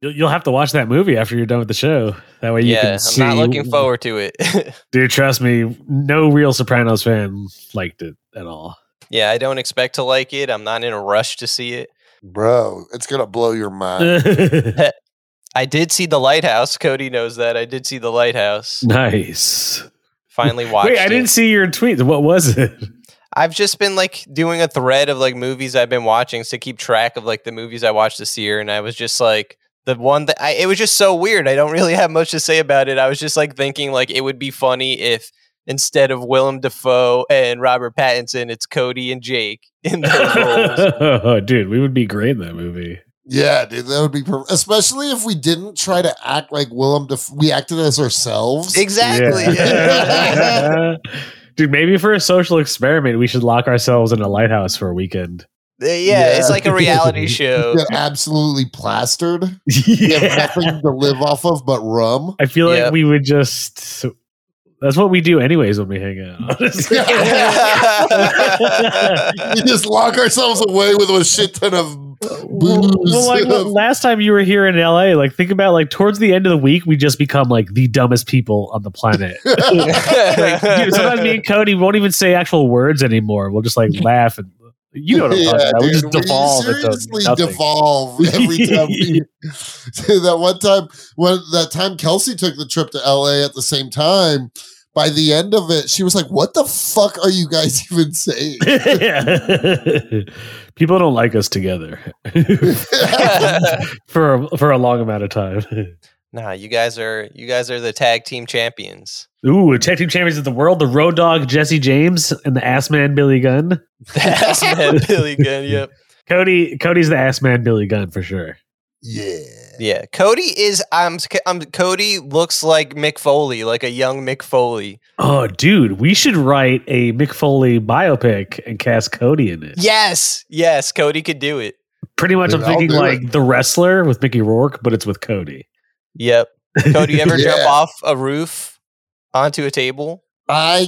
You'll, you'll have to watch that movie after you're done with the show. That way you yeah, can I'm see. not looking forward to it. Dude, trust me, no real Sopranos fan liked it at all. yeah, I don't expect to like it. I'm not in a rush to see it. Bro, it's gonna blow your mind. Uh, I did see The Lighthouse. Cody knows that. I did see The Lighthouse. nice. Finally watched Wait, I it. didn't see your tweet. What was it? I've just been like doing a thread of like movies I've been watching to keep track of like the movies I watched this year, and I was just like the one that I it was just so weird. I don't really have much to say about it. I was just like thinking like it would be funny if instead of Willem Dafoe and Robert Pattinson, it's Cody and Jake in those roles. oh, dude, we would be great in that movie. yeah, dude, that would be perfect. Especially if we didn't try to act like Willem. Def- we acted as ourselves. Exactly. yeah. Yeah. dude, maybe for a social experiment, we should lock ourselves in a lighthouse for a weekend. Yeah, it's like a reality show. Get absolutely plastered. We have yeah. nothing to live off of but rum. I feel like Yep. we would just. That's what we do, anyways, when we hang out. honestly. We just lock ourselves away with a shit ton of Well, well, like well, last time you were here in LA, like think about like towards the end of the week, we just become like the dumbest people on the planet. like, dude, sometimes me and Cody won't even say actual words anymore. We'll just like laugh and you know what I'm talking about. We just dude, devolve into seriously nothing. devolve every time. we, dude, that one time, when that time Kelsey took the trip to LA at the same time, by the end of it, she was like, "What the fuck are you guys even saying?" Yeah. People don't like us together for a, for a long amount of time. nah, you guys are you guys are the tag team champions. Ooh, tag team champions of the world: the Road Dog Jesse James and the Ass Man Billy Gunn. That's Matt Billy Gunn. Yep. Cody, Cody's the Ass Man Billy Gunn for sure. yeah, Yeah, Cody is. I'm. I'm. Cody looks like Mick Foley, like a young Mick Foley. Oh, dude, we should write a Mick Foley biopic and cast Cody in it. Yes, yes, Cody could do it. Pretty much, I'm Dude, I'll thinking do like the wrestler with Mickey Rourke, but it's with Cody. Yep. Cody, you ever jump Yeah. off a roof onto a table? I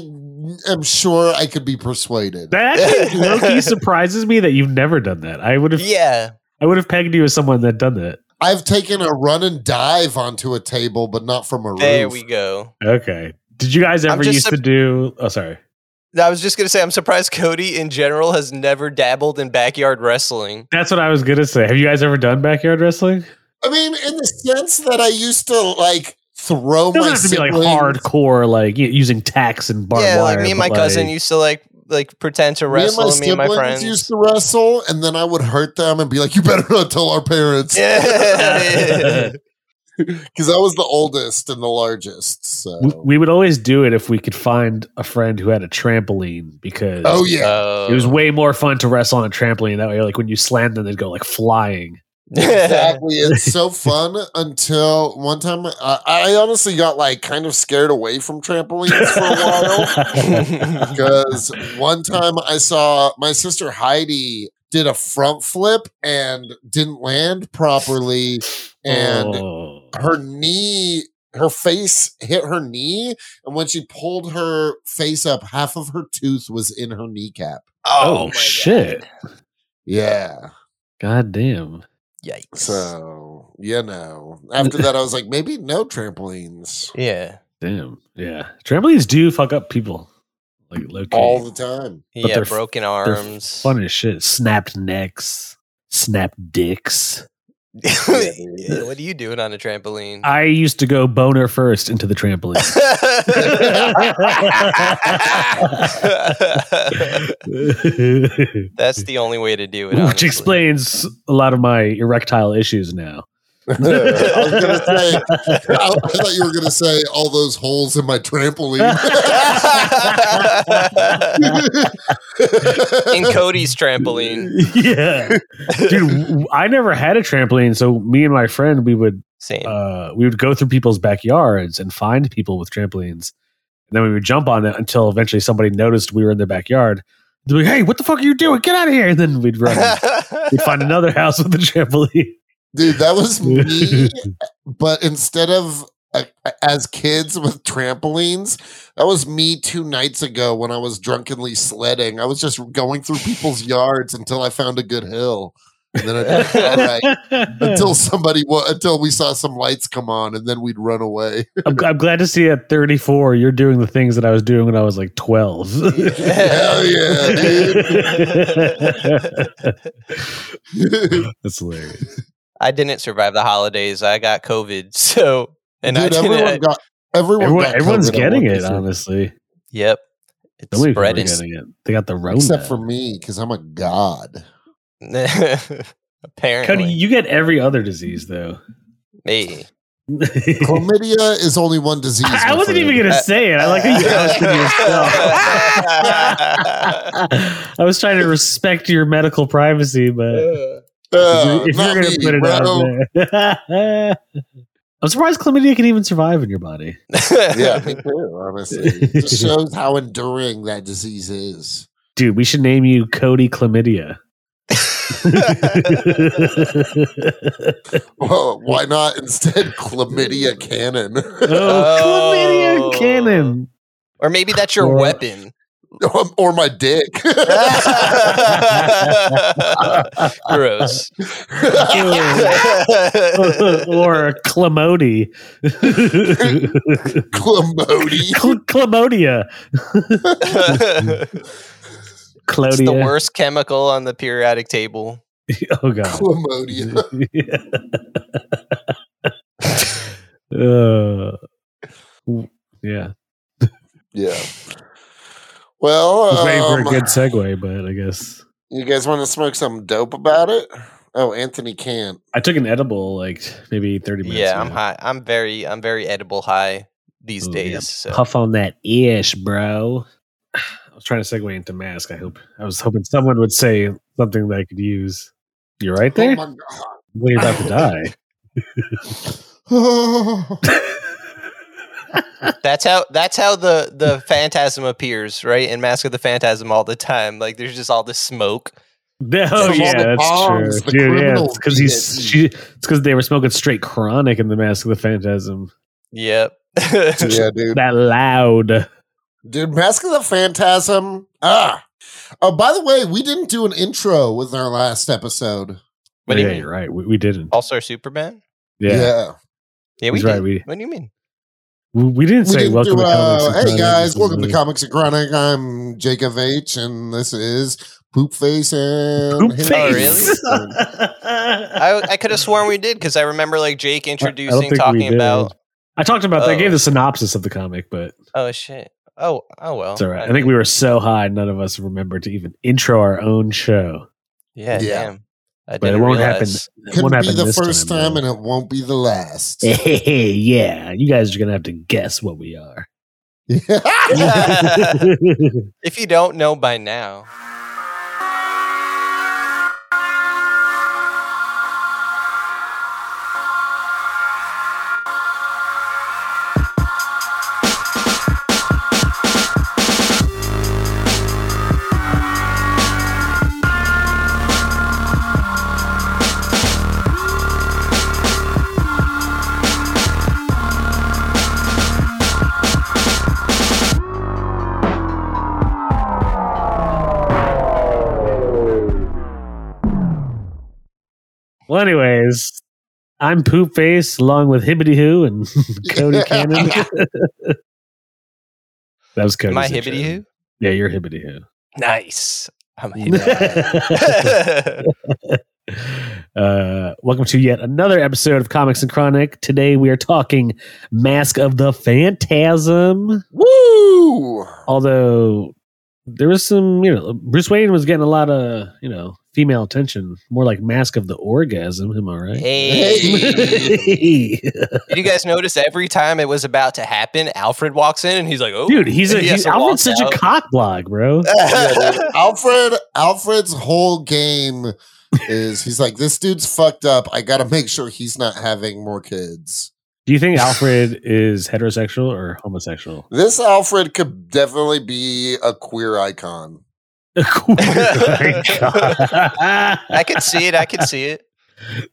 am sure I could be persuaded. That actually low-key surprises me that you've never done that. I would have, Yeah. I would have pegged you as someone that done that. I've taken a run and dive onto a table, but not from a There roof. we go. Okay. Did you guys I'm ever just used to sup- do? Oh, sorry. I was just gonna say, I'm surprised Cody in general has never dabbled in backyard wrestling. That's what I was gonna say. Have you guys ever done backyard wrestling? I mean, in the sense that I used to like Oh, throw It doesn't my have to be like siblings- hardcore, like y- using tacks and barbed yeah, wire. like me and but, my cousin like- used to like like pretend to wrestle. Me and my, siblings friends. used to wrestle, and then I would hurt them and be like, "You better not tell our parents," yeah. because I was the oldest and the largest. So, we, we would always do it if we could find a friend who had a trampoline because oh yeah, Oh. it was way more fun to wrestle on a trampoline. That way, like when you slam them, they'd go like flying. exactly. It's so fun until one time I, I honestly got like kind of scared away from trampolines for a while. because one time I saw my sister Heidi did a front flip and didn't land properly, and Oh. her knee, her face hit her knee, and when she pulled her face up, half of her tooth was in her kneecap. Oh, my God. shit! Yeah. God damn. Yikes. So, you know, after that, I was like, maybe no trampolines Yeah. Damn. Yeah. Trampolines do fuck up people. Like low all the time. But yeah, they're f- broken They're arms. Fun as shit. Snapped necks, snapped dicks. Yeah, what are you doing on a trampoline? I used to go boner first into the trampoline. That's the only way to do it. Which honestly. explains a lot of my erectile issues now. I was going to say, I thought you were going to say all those holes in my trampoline. In Cody's trampoline. yeah, dude, w- I never had a trampoline, so me and my friend we would Same. uh, we would go through people's backyards and find people with trampolines, and then we would jump on it until eventually somebody noticed we were in their backyard. They'd be like, "Hey, what the fuck are you doing? Get out of here!" And then we'd run. we'd find another house with a trampoline. Dude, that was me. but instead of uh, as kids with trampolines, that was me two nights ago when I was drunkenly sledding. I was just going through people's yards until I found a good hill. And then I'd be like, all right. Until somebody, wa- until we saw some lights come on, and then we'd run away. I'm, I'm glad to see at 34 you're doing the things that I was doing when I was like 12. Hell yeah, dude! That's hilarious. I didn't survive the holidays. I got COVID. So, and I Dude, didn't. everyone got everyone. Everyone, got everyone's COVID at getting one it, percent, honestly. yep. It's Some people are spreading. getting it. They got the Rona. except for me because I'm a god. Apparently. Cody, you get every other disease though. me. Chlamydia is only one disease. I, my wasn't friend. even gonna say it. I like that you ousted yourself. I was trying to respect your medical privacy, but Uh, if you're not gonna me, put it bro. out there, I'm surprised chlamydia can even survive in your body. yeah, me too. Honestly, it just shows how enduring that disease is. Dude, we should name you Cody Chlamydia. Oh, Well, why not instead chlamydia cannon? oh, Oh. chlamydia cannon. or maybe that's your Or- weapon. or my dick. Gross. or chlamody. Chlamody. Cl- chlamydia. It's the Chlodia. worst chemical on the periodic table. Oh god. Chlamydia. Uh, w- yeah. Yeah. Well, I was waiting for a um, good segue, but I guess you guys want to smoke some dope about it? Oh, Anthony can't. I took an edible like maybe 30 minutes Yeah, I'm ago. high. I'm very, I'm very edible high these Ooh, days. yeah. So. Puff on that ish, bro. I was trying to segue into mask. I hope I was hoping someone would say something that I could use. You're right Oh there. my when you're about to die. god. That's how that's how the the phantasm appears, right? In Mask of the Phantasm all the time. Like there's just all this smoke. No, all Oh, yeah, the that's bombs, true. the Dude, yeah, criminals it's because did he's it. she, it's because they were smoking straight chronic in the Mask of the Phantasm. Yep. yeah, dude. That loud. Dude, Mask of the Phantasm. Ah. Oh, by the way, we didn't do an intro with our last episode. what do you yeah, mean? you're right. We, we didn't. Oh, All Star Superman? Yeah, Yeah, we He's right, did. we- what do you mean? we, we didn't We say didn't welcome do, to comics. uh, and hey Chronic. guys, This welcome to is- Comics and Chronic. I'm Jacob H, and this is Poopface and Poop Hillary. face. Oh, Oh, I I could have sworn we did because I remember like Jake introducing think we talking did. about I talked about that. I Oh. gave the synopsis of the comic, but oh shit. Oh oh well. it's all right. I think we were so high, none of us remembered to even intro our own show. Yeah, Yeah. damn. I But it didn't won't happen. realize. It Couldn't won't be happen the this first time, though. Eh. and it won't be the last. Hey, yeah, you guys are gonna have to guess what we are. if you don't know by now. Well, anyways, I'm Poop Face along with Hibbity Hoo and Cody Cannon. that was Cody. Am I hibbity who? Yeah, you're Hibbity Hoo. Nice. Oh I'm a hibbity. uh, welcome to yet another episode of Comics and Chronic. Today we are talking Mask of the Phantasm. Woo! Although there was some, you know, Bruce Wayne was getting a lot of, you know, female attention, more like Mask of the Orgasm. Am I right? hey. Did you guys notice every time it was about to happen, Alfred walks in and he's like, "Oh, Dude, he's a He has he's to Alfred's walk such out. a cock block, bro. Yeah, dude. Alfred, Alfred's whole game is he's like, this dude's fucked up. I got to make sure he's not having more kids. Do you think Alfred is heterosexual or homosexual? This Alfred could definitely be a queer icon. Oh My God. I could see it. I could see it."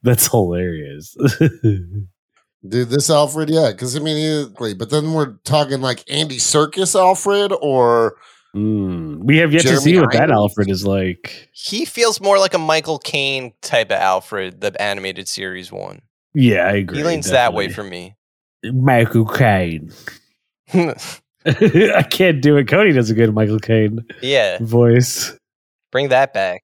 That's hilarious. Dude, this Alfred, yeah, because I mean, he- but then we're talking like Andy Circus Alfred or Mm. We have yet Jeremy to see what that Irons. Alfred is like. He feels more like a Michael Caine type of Alfred, the animated series one. Yeah, I agree. He leans definitely. that way for me. Michael Caine. I can't do it. Cody does a good Michael Caine yeah. voice. Bring that back.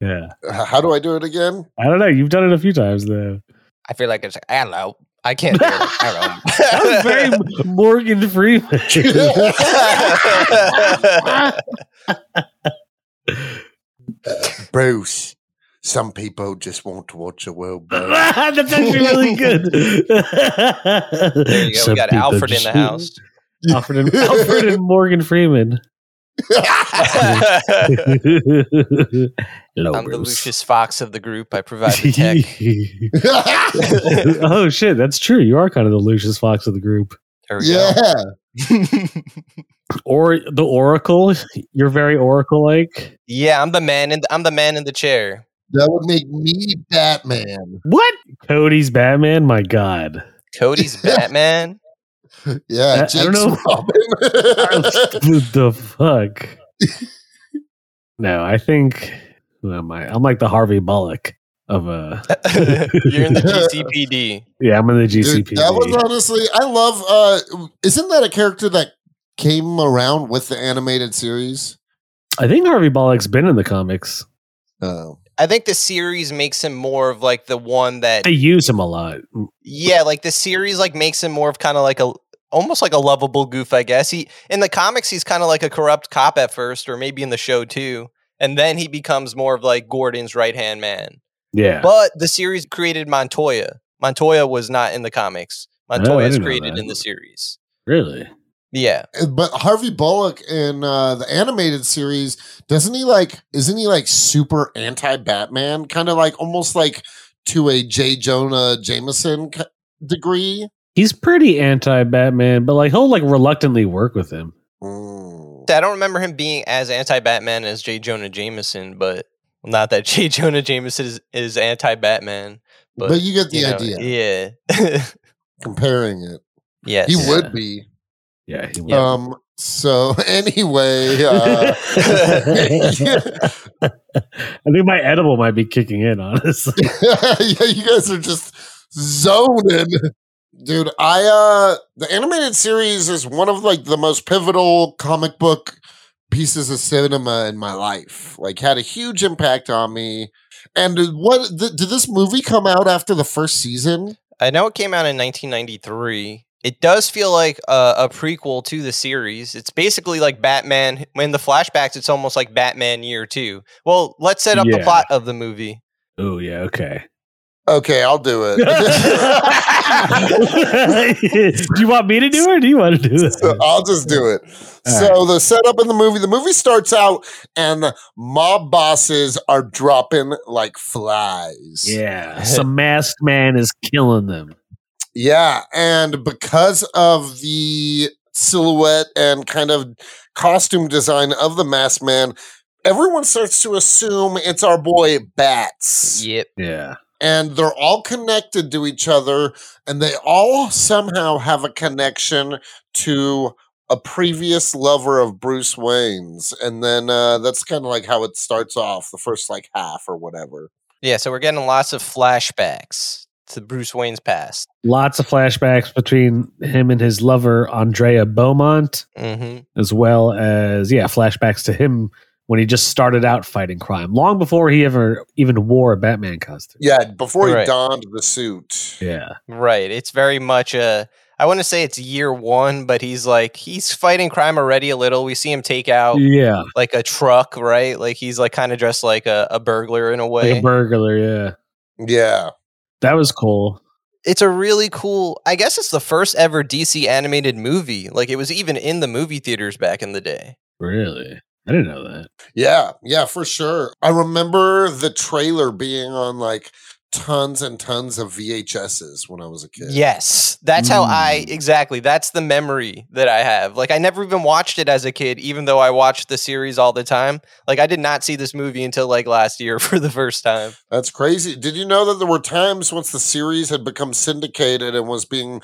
Yeah. How do I do it again? I don't know. You've done it a few times though. I feel like it's like, hello. I can't do it. Hello. that very Morgan Freeman. Bruce, some people just want to watch the world burn. That's actually really good. there you go. Some we got Alfred in the house. Alfred and, Alfred and Morgan Freeman. Hello, I'm Bruce. the Lucius Fox of the group. I provide the tech. oh shit, that's true. You are kind of the Lucius Fox of the group. yeah. or the Oracle. You're very Oracle like. Yeah, I'm the man in the, I'm the man in the chair. That would make me Batman. What? Cody's Batman? My God. Cody's Batman? yeah, I, I don't know. the fuck? no, I think who am I? I'm like the Harvey Bullock of uh You're in the GCPD. Yeah, I'm in the GCPD. Dude, that was honestly, I love. uh Isn't that a character that came around with the animated series? I think Harvey Bullock's been in the comics. Oh. I think the series makes him more of like the one that they use him a lot. Yeah, like the series like makes him more of kind of like a almost like a lovable goof, I guess. He in the comics he's kind of like a corrupt cop at first, or maybe in the show too, and then he becomes more of like Gordon's right hand man. Yeah. But the series created Montoya. Montoya was not in the comics. Montoya is created in the series. Really? Yeah. But Harvey Bullock in uh, the animated series, doesn't he like, isn't he like super anti Batman? Kind of like almost like to a J. Jonah Jameson degree? He's pretty anti Batman, but like he'll like reluctantly work with him. Mm. I don't remember him being as anti Batman as J. Jonah Jameson, but not that J. Jonah Jameson is, is anti Batman. But, but, you get the you know, idea. Yeah. Comparing it. Yes. He would be. Yeah. He would. Um. So anyway, uh, I think my edible might be kicking in. Honestly, yeah, you guys are just zoning, dude. I uh, the animated series is one of like the most pivotal comic book pieces of cinema in my life. Like, had a huge impact on me. And what th- did this movie come out after the first season? I know it came out in 1993 it does feel like a, a, prequel to the series. It's basically like Batman. In the flashbacks, it's almost like Batman Year Two. Well, let's set up yeah. the plot of the movie. Oh yeah, okay. Okay, I'll do it. do you want me to do it? do you want to do it? So I'll just do it. All so right. the setup in the movie, the movie starts out and mob bosses are dropping like flies. Yeah. Some masked man is killing them. Yeah, and because of the silhouette and kind of costume design of the masked man, everyone starts to assume it's our boy Bats. Yep. Yeah. And they're all connected to each other, and they all somehow have a connection to a previous lover of Bruce Wayne's. And then uh, that's kind of like how it starts off the first like half or whatever. Yeah, so we're getting lots of flashbacks to Bruce Wayne's past. Lots of flashbacks between him and his lover Andrea Beaumont, mm-hmm. as well as yeah, flashbacks to him when he just started out fighting crime, long before he ever even wore a Batman costume. Yeah, before right. he donned the suit. Yeah, right. It's very much a. I want to say it's year one, but he's like he's fighting crime already a little. We see him take out yeah like a truck, right? Like he's like kind of dressed like a, a burglar in a way. Like a burglar, yeah. Yeah. That was cool. It's a really cool. I guess it's the first ever DC animated movie. Like it was even in the movie theaters back in the day. Really? I didn't know that. Yeah, yeah, for sure. I remember the trailer being on like tons and tons of VHSs when I was a kid. Yes. That's mm. how I exactly. That's the memory that I have. Like I never even watched it as a kid even though I watched the series all the time. Like I did not see this movie until like last year for the first time. That's crazy. Did you know that there were times once the series had become syndicated and was being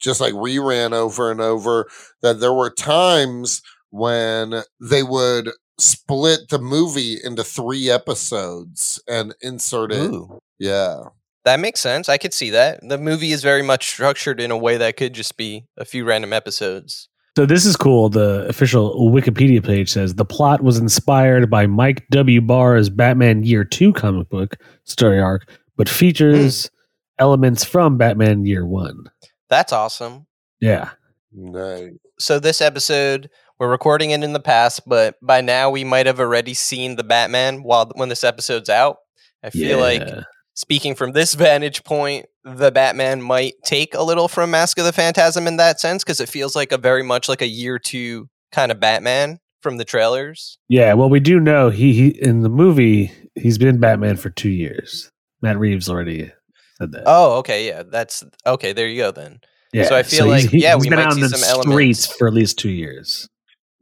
just like reran over and over that there were times when they would split the movie into three episodes and insert it. Ooh. Yeah. That makes sense. I could see that. The movie is very much structured in a way that could just be a few random episodes. So this is cool. The official Wikipedia page says the plot was inspired by Mike W. Barr's Batman Year Two comic book story arc, but features elements from Batman Year One. That's awesome. Yeah. Nice. So this episode, we're recording it in the past, but by now we might have already seen the Batman while when this episode's out. I feel like Yeah. speaking from this vantage point, the Batman might take a little from Mask of the Phantasm in that sense because it feels like a very much like a year two kind of Batman from the trailers. Yeah, well, we do know he, he in the movie he's been Batman for two years. Matt Reeves already said that. Oh, okay, yeah, that's okay. There you go then. yeah. so I feel he's- like, yeah, he's we been might out see in the some streets elements. for at least two years.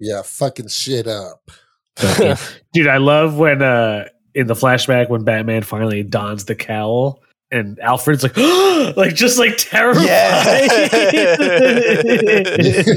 Yeah, fucking shit up. But, yeah. Dude, I love when uh in the flashback when Batman finally dons the cowl and Alfred's like, like just like terrified. Yeah. I just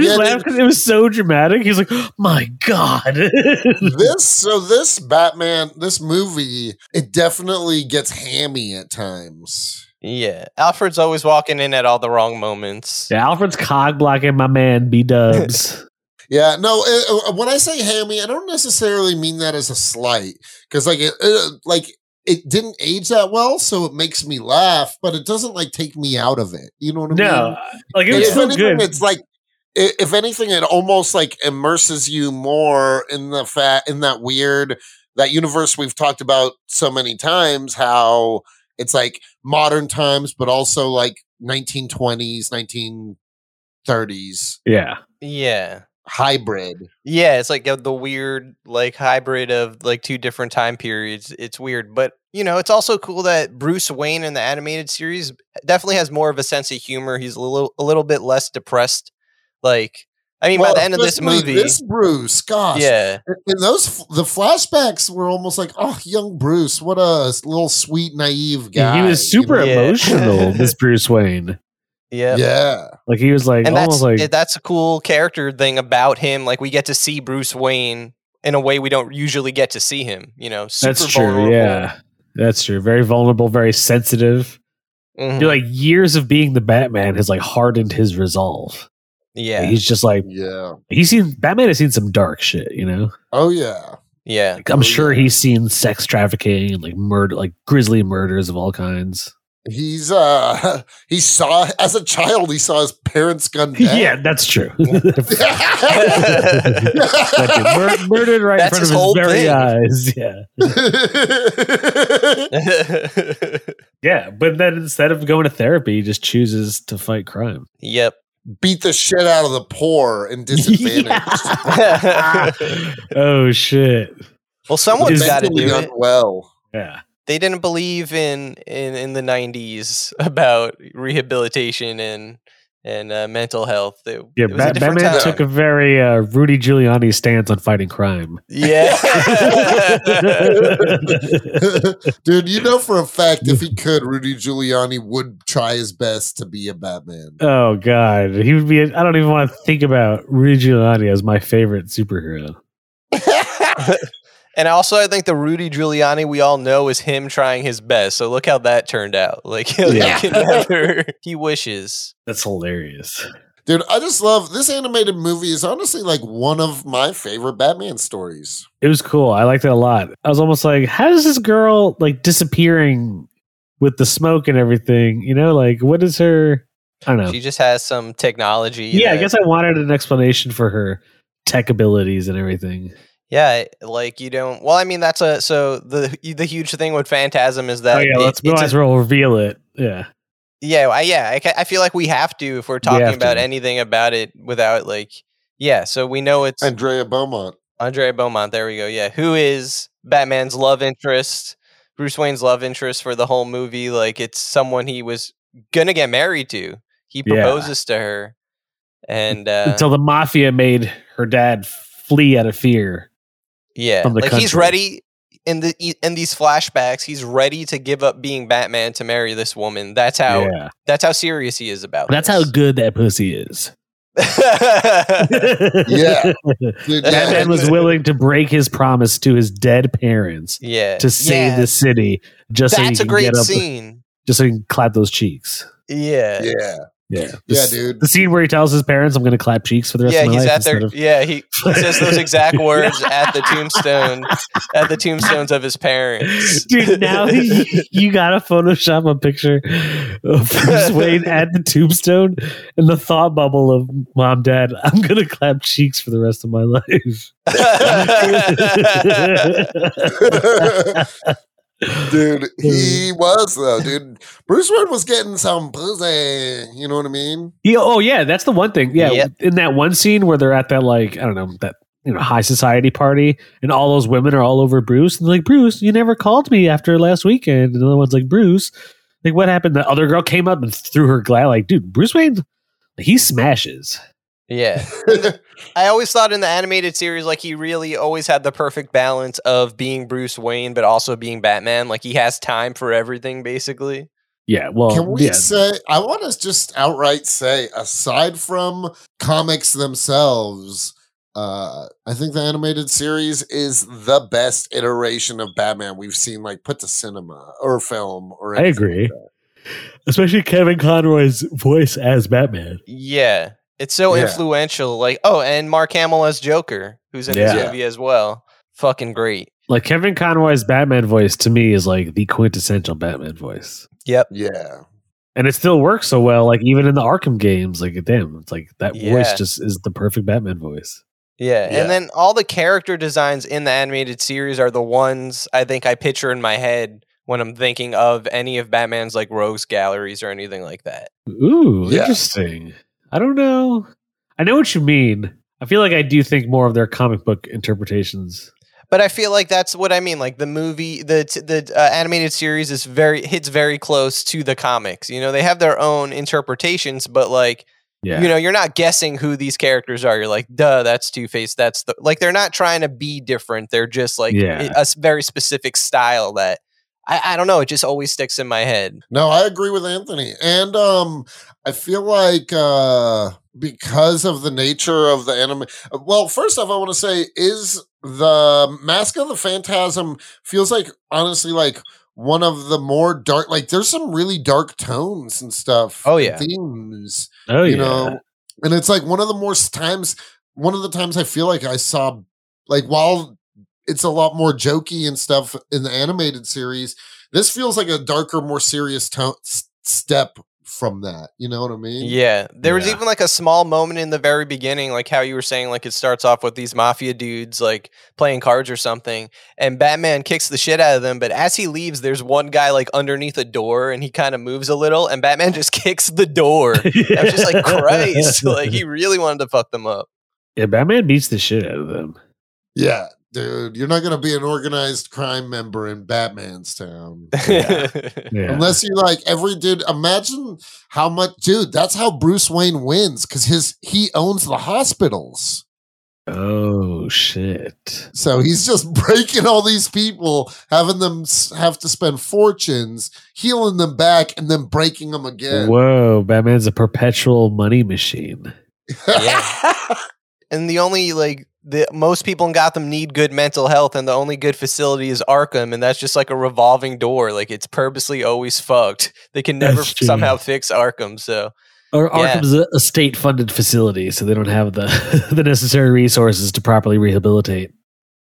Yeah, laughed because it was so dramatic. He's like, "Oh my god. this so this Batman, this movie, it definitely gets hammy at times. Yeah, Alfred's always walking in at all the wrong moments. yeah, Alfred's cog blocking my man B Dubs. Yeah, no. uh uh, when I say hammy, I don't necessarily mean that as a slight, because like it, uh, like it didn't age that well, so it makes me laugh, but it doesn't like take me out of it. You know what I mean? no, like it If was so anything, good. It's like i- if anything, it almost like immerses you more in the fat in that weird that universe we've talked about so many times. How it's like modern times, but also like 1920s, 1930s Yeah. Yeah. hybrid. Yeah, it's like uh, the weird like hybrid of like two different time periods. It's weird, but you know, it's also cool that Bruce Wayne in the animated series definitely has more of a sense of humor. He's a little a little bit less depressed. Like I mean, Well, by the end of this especially movie, this Bruce, gosh, yeah, and those the flashbacks were almost like, oh, young Bruce, what a s- little sweet, naive Yeah, guy. he was super know? Yeah. emotional, this Bruce Wayne. yeah, Yeah. yeah, Like he was like and that's almost like it- that's a cool character thing about him. Like we get to see Bruce Wayne in a way we don't usually get to see him. You know, super that's true. vulnerable. Yeah, that's true. Very vulnerable, very sensitive. Mhm. You're like years of being the Batman has like hardened his resolve. Like, yeah, he's just like yeah. he's seen Batman has seen some dark shit, you know. Oh yeah. yeah. Like, I'm Oh, sure yeah. he's seen sex trafficking and like murder, like grisly murders of all kinds. He's uh he saw as a child he saw his parents gunned down. Yeah, that's true. Fucking yeah. mur- murdered right That's his in whole front of his very thing. eyes. Yeah. Yeah, but then instead of going to therapy, he just chooses to fight crime. yep. Beat the shit out of the poor and disadvantaged. oh shit. Well, someone's Is- got to do Mentally it. unwell. Yeah. They didn't believe in in in the '90s about rehabilitation and and uh, mental health. It, Yeah, it was a Bat- different Batman time. took a very uh, Rudy Giuliani stance on fighting crime. yeah. Dude, you know for a fact if he could, Rudy Giuliani would try his best to be a Batman. oh god, he would be. I don't even want to think about Rudy Giuliani as my favorite superhero. and also, I think the Rudy Giuliani we all know is him trying his best. So look how that turned out. Like, Yeah. he, can never, he wishes. That's hilarious. Dude, I just love this animated movie is honestly like one of my favorite Batman stories. It was cool. I liked it a lot. I was almost like, how does this girl like disappearing with the smoke and everything? You know, like what is her? I don't know. She just has some technology. yeah, I that- guess I wanted an explanation for her tech abilities and Uh, everything. Yeah, like you don't. Well, I mean that's a so the the huge thing with Phantasm is that oh yeah, it- let's it's a- might as well reveal it. Yeah, yeah I, yeah I, ca- I feel like we have to if we're talking have about to. anything about it without like yeah so we know it's Andrea Beaumont. Andrea Beaumont there we go yeah who is Batman's love interest Bruce Wayne's love interest for the whole movie like it's someone he was gonna get married to he Yeah. proposes to her and uh, until the mafia made her dad flee out of fear. Yeah, from the like he's country. ready in the e, in these flashbacks. He's ready to give up being Batman to marry this woman. That's how yeah, that's how serious he is about. that's this. how good that pussy is. yeah, Dude, That yeah. man was willing to break his promise to his dead parents yeah. to save Yeah. the city just so he That's a can great get up, scene. just so he can clap those cheeks. Yeah. yeah, Yeah, yeah, This- dude. The scene where he tells his parents, "I'm going to clap cheeks for the rest Yeah, of my he's life." at their instead of- yeah, he, he says those exact words at the tombstone at the tombstones of his parents. Dude, now he, you gotta Photoshop a picture of Bruce Wayne at the tombstone and the thought bubble of mom, dad, I'm gonna clap cheeks for the rest of my life. dude, he Mm. was though, dude. Bruce Wayne was getting some pussy. You know what I mean? Yeah, oh yeah, that's the one thing. Yeah, Yep. in that one scene where they're at that like I don't know that you know high society party, and all those women are all over Bruce, and they're like Bruce, you never called me after last weekend. And the other one's like Bruce, like what happened? The other girl came up and threw her glass. Like, dude, Bruce Wayne, he smashes. yeah. I always thought in the animated series, like he really always had the perfect balance of being Bruce Wayne, but also being Batman. Like he has time for everything, basically. Yeah, well, Can we yeah. say? I want to just outright say, aside from comics themselves, uh, I think the animated series is the best iteration of Batman we've seen, like put to cinema or film or. I anything agree. like that. especially Kevin Conroy's voice as Batman. Yeah, it's so Yeah. influential. Like, oh, and Mark Hamill as Joker, who's in Yeah. this movie as well. Fucking great. Like Kevin Conroy's Batman voice to me is like the quintessential Batman voice. Yep. Yeah, And it still works so well, like even in the Arkham games, like damn, it's like that voice Yeah. just is the perfect Batman voice. Yeah. Yeah. And then all the character designs in the animated series are the ones I think I picture in my head when I'm thinking of any of Batman's like rogues galleries or anything like that. Ooh, Yeah. interesting. I don't know. I know what you mean. I feel like I do think more of their comic book interpretations. But I feel like that's what I mean. Like the movie, the t- the uh, animated series is very hits very close to the comics. You know, they have their own interpretations, but like Yeah. you know, you're not guessing who these characters are. You're like, duh, that's Two Face. That's the like they're not trying to be different. They're just like Yeah. a s- very specific style that I, I don't know. It just always sticks in my head. No, I agree with Anthony. And um I feel like uh because of the nature of the anime well, first off I want to say is the Mask of the Phantasm feels like honestly like one of the more dark like there's some really dark tones and stuff. Oh, and yeah. Themes oh you yeah. know and it's like one of the more s- times one of the times i feel like i saw like while it's a lot more jokey and stuff in the animated series this feels like a darker more serious tone s- step from that you know what i mean Yeah. There was Yeah. even like a small moment in the very beginning, like how you were saying, like it starts off with these mafia dudes like playing cards or something, and Batman kicks the shit out of them. But as he leaves, there's one guy like underneath a door and he kind of moves a little, and Batman just kicks the door. I was just like, Christ, like he really wanted to fuck them up. yeah, Batman beats the shit out of them. yeah dude you're not going to be an organized crime member in batman's town Yeah. Unless you like every dude, imagine how much, dude. That's how Bruce Wayne wins because his he owns the hospitals. oh shit. So he's just breaking all these people, having them s- have to spend fortunes, healing them back, and then breaking them again. Whoa, Batman's a perpetual money machine. and the only like the most people in Gotham need good mental health, and the only good facility is Arkham, and that's just like a revolving door. Like it's purposely always fucked. They can never That's true. somehow fix Arkham. So Or Yeah. Arkham's a, a state-funded facility, so they don't have the the necessary resources to properly rehabilitate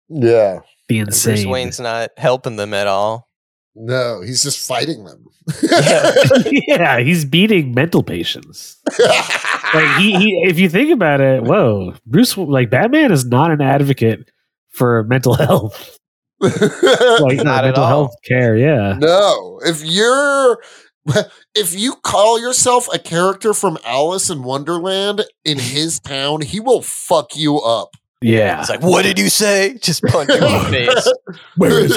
yeah. the and insane. Bruce Wayne's not helping them at all. No, he's just fighting them. yeah, he's beating mental patients. Like he, he, if you think about it, whoa, Bruce, like Batman is not an advocate for mental health, like Not at mental all. health care. Yeah, no, if you're. If you call yourself a character from Alice in Wonderland in his town, he will fuck you up. yeah. It's like, what did you say? Just punch you in the face. Where is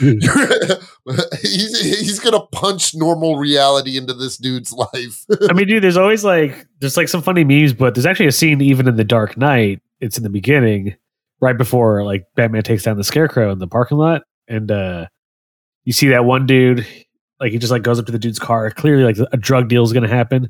he? he's, he's gonna punch normal reality into this dude's life. I mean, dude, there's always like there's like some funny memes, but there's actually a scene even in the Dark Knight. It's in the beginning, right before like Batman takes down the Scarecrow in the parking lot, and uh you see that one dude like he just like goes up to the dude's car. Clearly, like a drug deal is going to happen,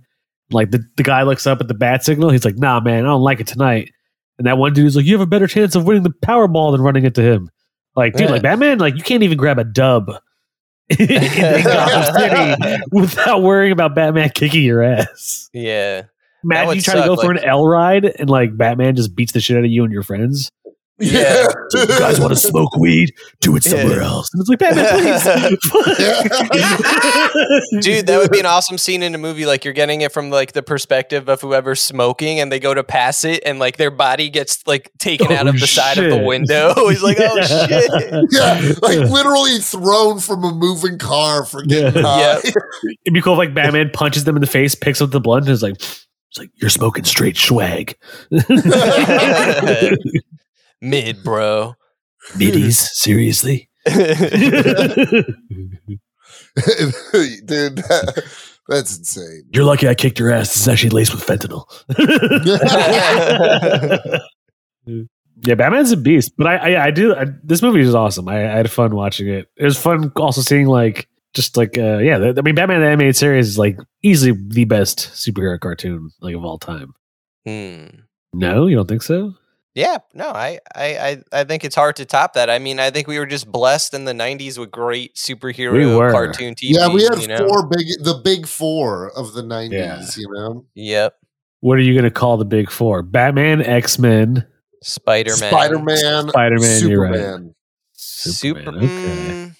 Like the, the guy looks up at the bat signal. He's like, nah, man, I don't like it tonight. And that one dude's like, you have a better chance of winning the Powerball than running into him. Like, dude, Yeah. like Batman, like you can't even grab a dub in, in Gotham City without worrying about Batman kicking your ass. Yeah. Imagine would you try to suck, go for an like- L ride and like Batman just beats the shit out of you and your friends. Yeah. You guys want to smoke weed? Do it somewhere else. And it's like Batman, please. Dude, that would be an awesome scene in a movie. Like you're getting it from like the perspective of whoever's smoking, and they go to pass it, and like their body gets like taken out Oh, of the side of the shit. window. He's like, oh Yeah. shit. Yeah, like literally thrown from a moving car for getting Yeah. high. It'd be cool if like Batman punches them in the face, picks up the blunt, and is like, it's like you're smoking straight swag, Mm. Mid, bro. middies. Seriously, you're Dude, that- that's insane. lucky I kicked your ass. It's actually laced with fentanyl. yeah, Batman's a beast, but I I, I do I, this movie is awesome. I, I had fun watching it. It was fun also seeing like just like uh yeah, the, I mean Batman the animated series is like easily the best superhero cartoon like of all time. Hmm. No, you don't think so? Yeah, no, I, I, I, I think it's hard to top that. I mean, I think we were just blessed in the '90s with great superhero We were. cartoon TV. yeah, we had you know? four big, the big four of the 90s, you know? Yep, What are you gonna call the big four? Batman, X Men, Spider Man, Spider Man, Spider Man, you're right. Superman. Super. Superman, okay. mm,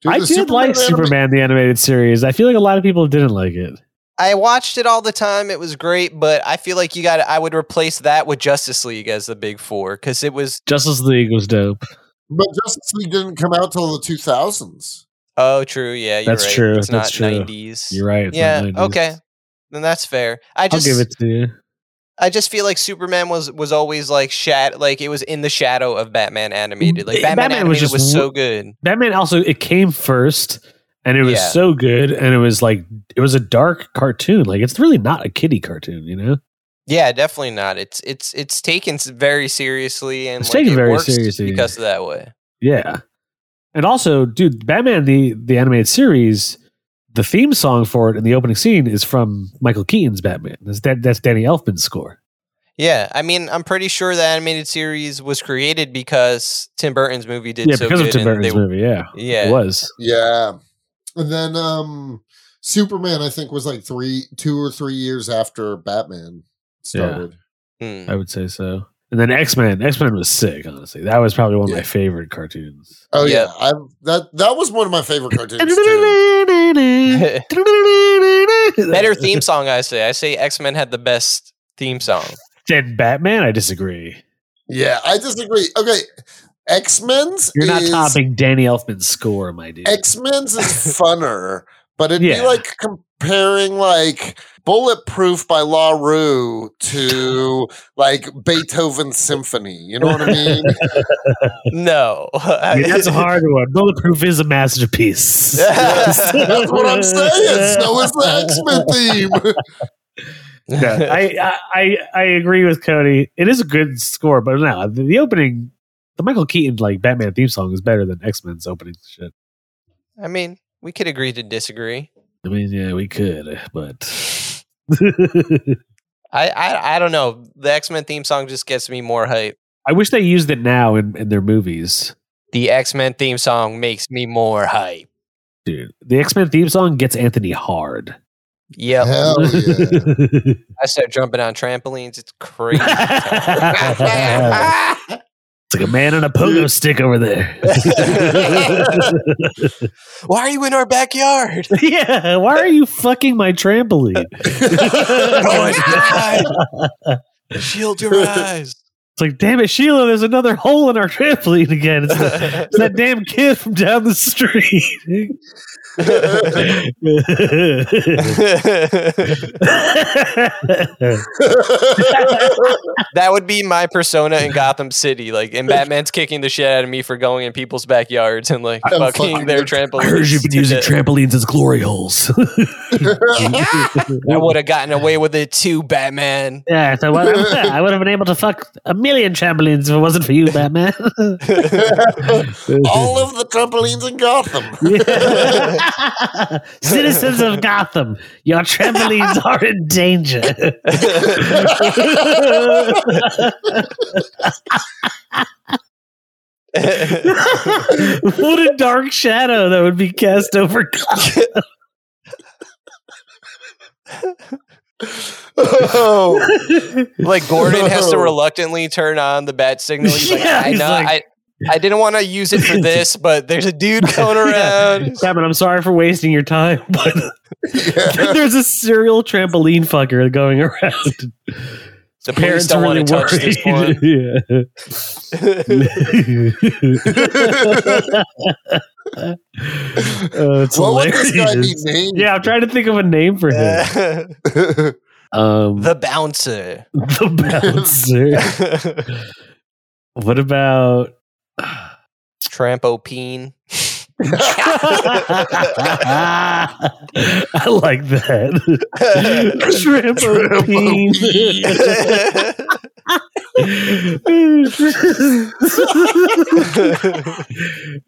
Dude, I the did like anime- Superman the animated series. I feel like a lot of people didn't like it. I watched it all the time. It was great, but I feel like you got. I would replace that with Justice League as the big four because it was. Justice League was dope. But Justice League didn't come out till the 2000s. Oh, true. Yeah, you're That's right. true, It's that's not true. '90s. You're right. it's not yeah. 90s. Okay. Then that's fair. I I'll just give it to you. I just feel like Superman was was always like shat like it was in the shadow of Batman animated. Like It- Batman, Batman was animated just was w- so good. Batman also it came first and it was Yeah. so good and it was like it was a dark cartoon. Like it's really not a kiddie cartoon, you know? Yeah, definitely not. It's it's it's taken s- very seriously and It's like, taken it very works seriously. because of that way. Yeah. And also, dude, Batman the the animated series, the theme song for it in the opening scene is from Michael Keaton's Batman. That's that, that's Danny Elfman's score. Yeah, I mean, I'm pretty sure the animated series was created because Tim Burton's movie did yeah, so because good. of Tim and Burton's they- movie. Yeah, Yeah, It was. Yeah. And then um Superman, I think, was like three, two or three years after Batman started. Hmm. I would say so. And then X Men. X Men was sick, honestly. That was probably one of Yeah. my favorite cartoons. Oh Yeah. yeah, I that that was one of my favorite cartoons. too. Better Better theme song, I say. I say X Men had the best theme song. than Batman. I disagree. Yeah, I disagree. Okay, X Men's You're not is, topping Danny Elfman's score, my dude. X Men's is funner, but it'd Yeah. be like comparing like Bulletproof by La Rue to like Beethoven Symphony. You know what I mean? No, I mean, that's a hard one. Bulletproof is a masterpiece. That's what I'm saying. So is the X Men theme. No, I, I- I I agree with Cody. It is a good score, but no, the, the opening, the Michael Keaton like Batman theme song is better than X Men's opening shit. I mean, we could agree to disagree. I mean, yeah, we could, but I I, I I don't know. The X Men theme song just gets me more hype. wish they used it now in, in their movies. The X Men theme song makes me more hype. Dude, the X Men theme song gets Anthony hard. Yep. Hell Oh, yeah. I start jumping on trampolines. It's crazy. It's like a man on a pogo stick over there. Why are you in our backyard? yeah, why are you fucking my trampoline? my it's Shield your eyes. like, damn it, Sheila, there's another hole in our trampoline again. It's, the, it's that damn kid from down the street. that would be my persona in Gotham City. Like, and Batman's kicking the shit out of me for going in people's backyards and like I'm fucking, fucking their your- trampolines. to death. trampolines as glory holes. I would have gotten away with it too, Batman. Yeah, so what, I would have been able to fuck a million trampolines if it wasn't for you, Batman. All of the trampolines in Gotham. Yeah. Citizens of Gotham, your trampolines are in danger. what a dark shadow that would be cast over Gotham. oh, like Gordon has to reluctantly turn on the bat signal. He's like, Yeah, I he's know, like- I, I didn't want to use it for this, but there's a dude going around. Chapman, I'm sorry for wasting your time, but there's a serial trampoline fucker going around. The parents don't want to touch this one. yeah. oh, it's what would this guy be hilarious. named? Yeah, I'm trying to think of a name for him. Um, the bouncer. the bouncer. What about? Trampopine. I like that. Trampoline.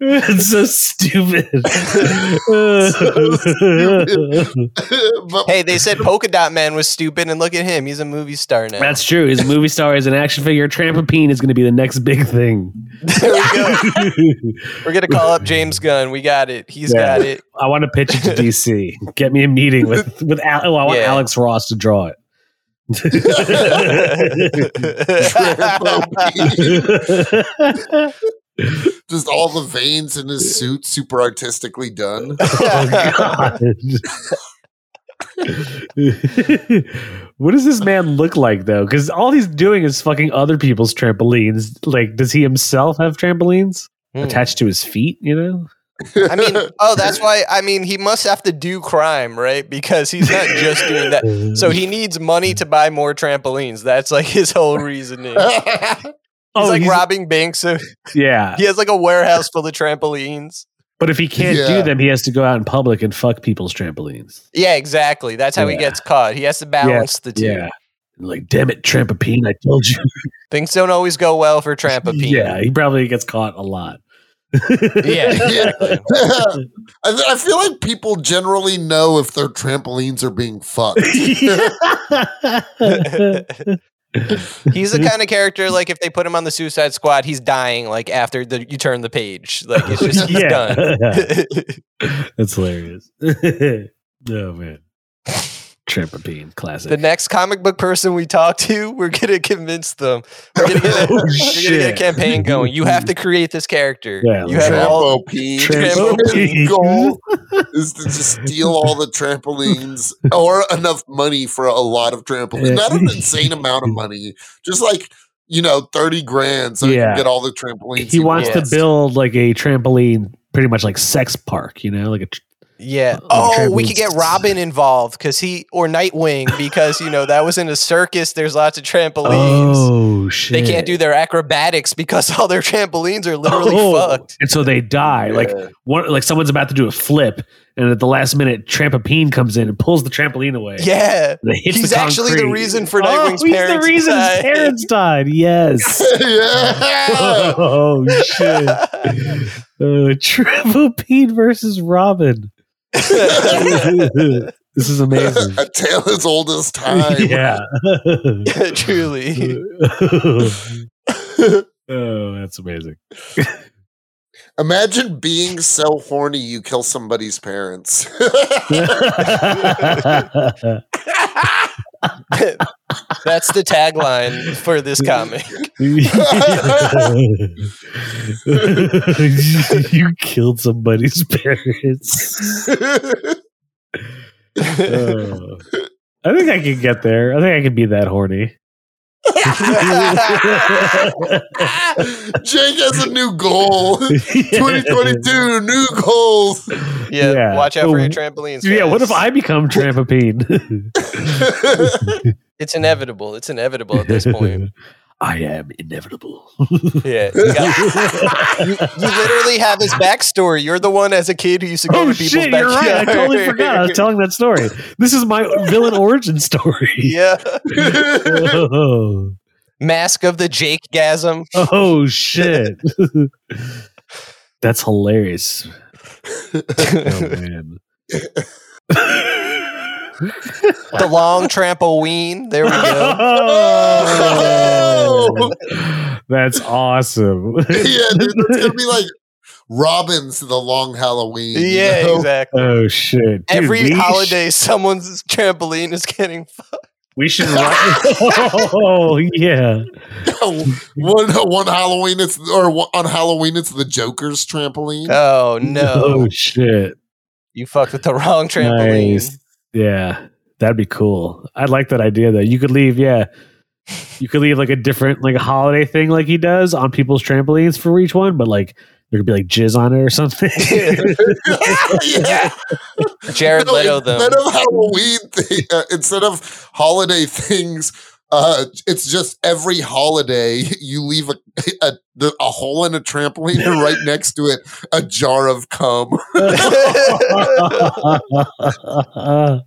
it's so stupid. but hey, they said Polka Dot Man was stupid, and look at him. He's a movie star now. That's true. His movie star is an action figure. Trampopine is going to be the next big thing. there we go. I We're going to call up James Gunn. We got it. He's Yeah. got it. want to pitch it to DC. Get me a meeting with with. Al- oh, I want Yeah. Alex Ross to draw it. Trampopine. Just all the veins in his suit, super artistically done. what does this man look like though? Because all he's doing is fucking other people's trampolines. Like, does he himself have trampolines Hmm. attached to his feet? You know, I mean, oh, that's why. I mean, he must have to do crime, right? Because he's not just doing that. So he needs money to buy more trampolines. That's like his whole reasoning. He's oh, like he's- robbing banks. So yeah. he has like a warehouse full of trampolines. But if he can't Yeah. do them, he has to go out in public and fuck people's trampolines. Yeah, exactly. That's how he Yeah. gets caught. He has to balance the two. Yeah. Like, damn it, Trampapine, I told you. Things don't always go well for Trampapine. Yeah, he probably gets caught a lot. Yeah, exactly. I, th- I feel like people generally know if their trampolines are being fucked. He's the kind of character like if they put him on the Suicide Squad, he's dying like after the, you turn the page. Like it's just he's done. yeah. That's hilarious. oh man. Trampapine, the classic. next comic book person we talk to, we're gonna convince them. We're gonna get a, Oh, we're gonna get a shit. campaign going. You have to create this character. Yeah, you let's have go. all. Trampopine. Trampopine. His goal is to just steal all the trampolines or enough money for a lot of trampolines. Not an insane amount of money, just like, you know, 30 grand so you Yeah. can get all the trampolines. He wants Yes. to build like a trampoline, pretty much like sex park, you know, like a tr- Yeah. Oh, Oh, we Trampolines. could get Robin involved because he or Nightwing because you know that was in a circus. There's lots of trampolines. oh shit. They can't do their acrobatics because all their trampolines are literally Oh. fucked. and so they die. Like Yeah. one, like someone's about to do a flip, and at the last minute, Trampapine comes in and pulls the trampoline away. Yeah. And it hits He's the actually the concrete. reason for Oh, Nightwing's he's parents. the reason died. his parents died. Yes. yeah. oh shit! Uh, Triple Pete versus Robin. this is amazing. A tale as old as time. yeah. Truly. oh, that's amazing. Imagine being so horny you kill somebody's parents. yeah, That's the tagline for this comic. you killed somebody's parents. Oh. I think I could get there. I think I could be that horny. Jake has a new goal. 2022, new goals. Yeah, Yeah. watch out for your Oh, trampolines. Yeah, what if guys. I become Trampapine? It's inevitable. It's inevitable at this point. I am inevitable. Yeah, you, got- you- you literally have his backstory. You're the one as a kid who used to go oh to people's shit, you're backyard. right. I totally forgot. I was telling that story. This is my villain origin story. yeah, Oh, mask of the Jake gasm. oh shit. That's hilarious. oh man. the long trampoline. There we go. Oh, that's awesome. yeah, dude, it's gonna be like Robin's the Long Halloween. you Yeah, know? exactly. oh shit. Dude, Every we holiday, someone's trampoline is getting. sh- we should write Oh yeah. one one Halloween it's or one, on Halloween it's the Joker's trampoline. Oh no! Oh shit. You fucked with the wrong trampoline. Nice. Yeah. That'd be cool. I like that idea though. You could leave, yeah. You could leave like a different like holiday thing like he does on people's trampolines for each one, but like there could be like jizz on it or something. yeah. Jared No, Leto, them. instead of Halloween thing, uh, instead of holiday things, uh, it's just every holiday you leave a a, the, a hole in a trampoline and right next to it a jar of cum. a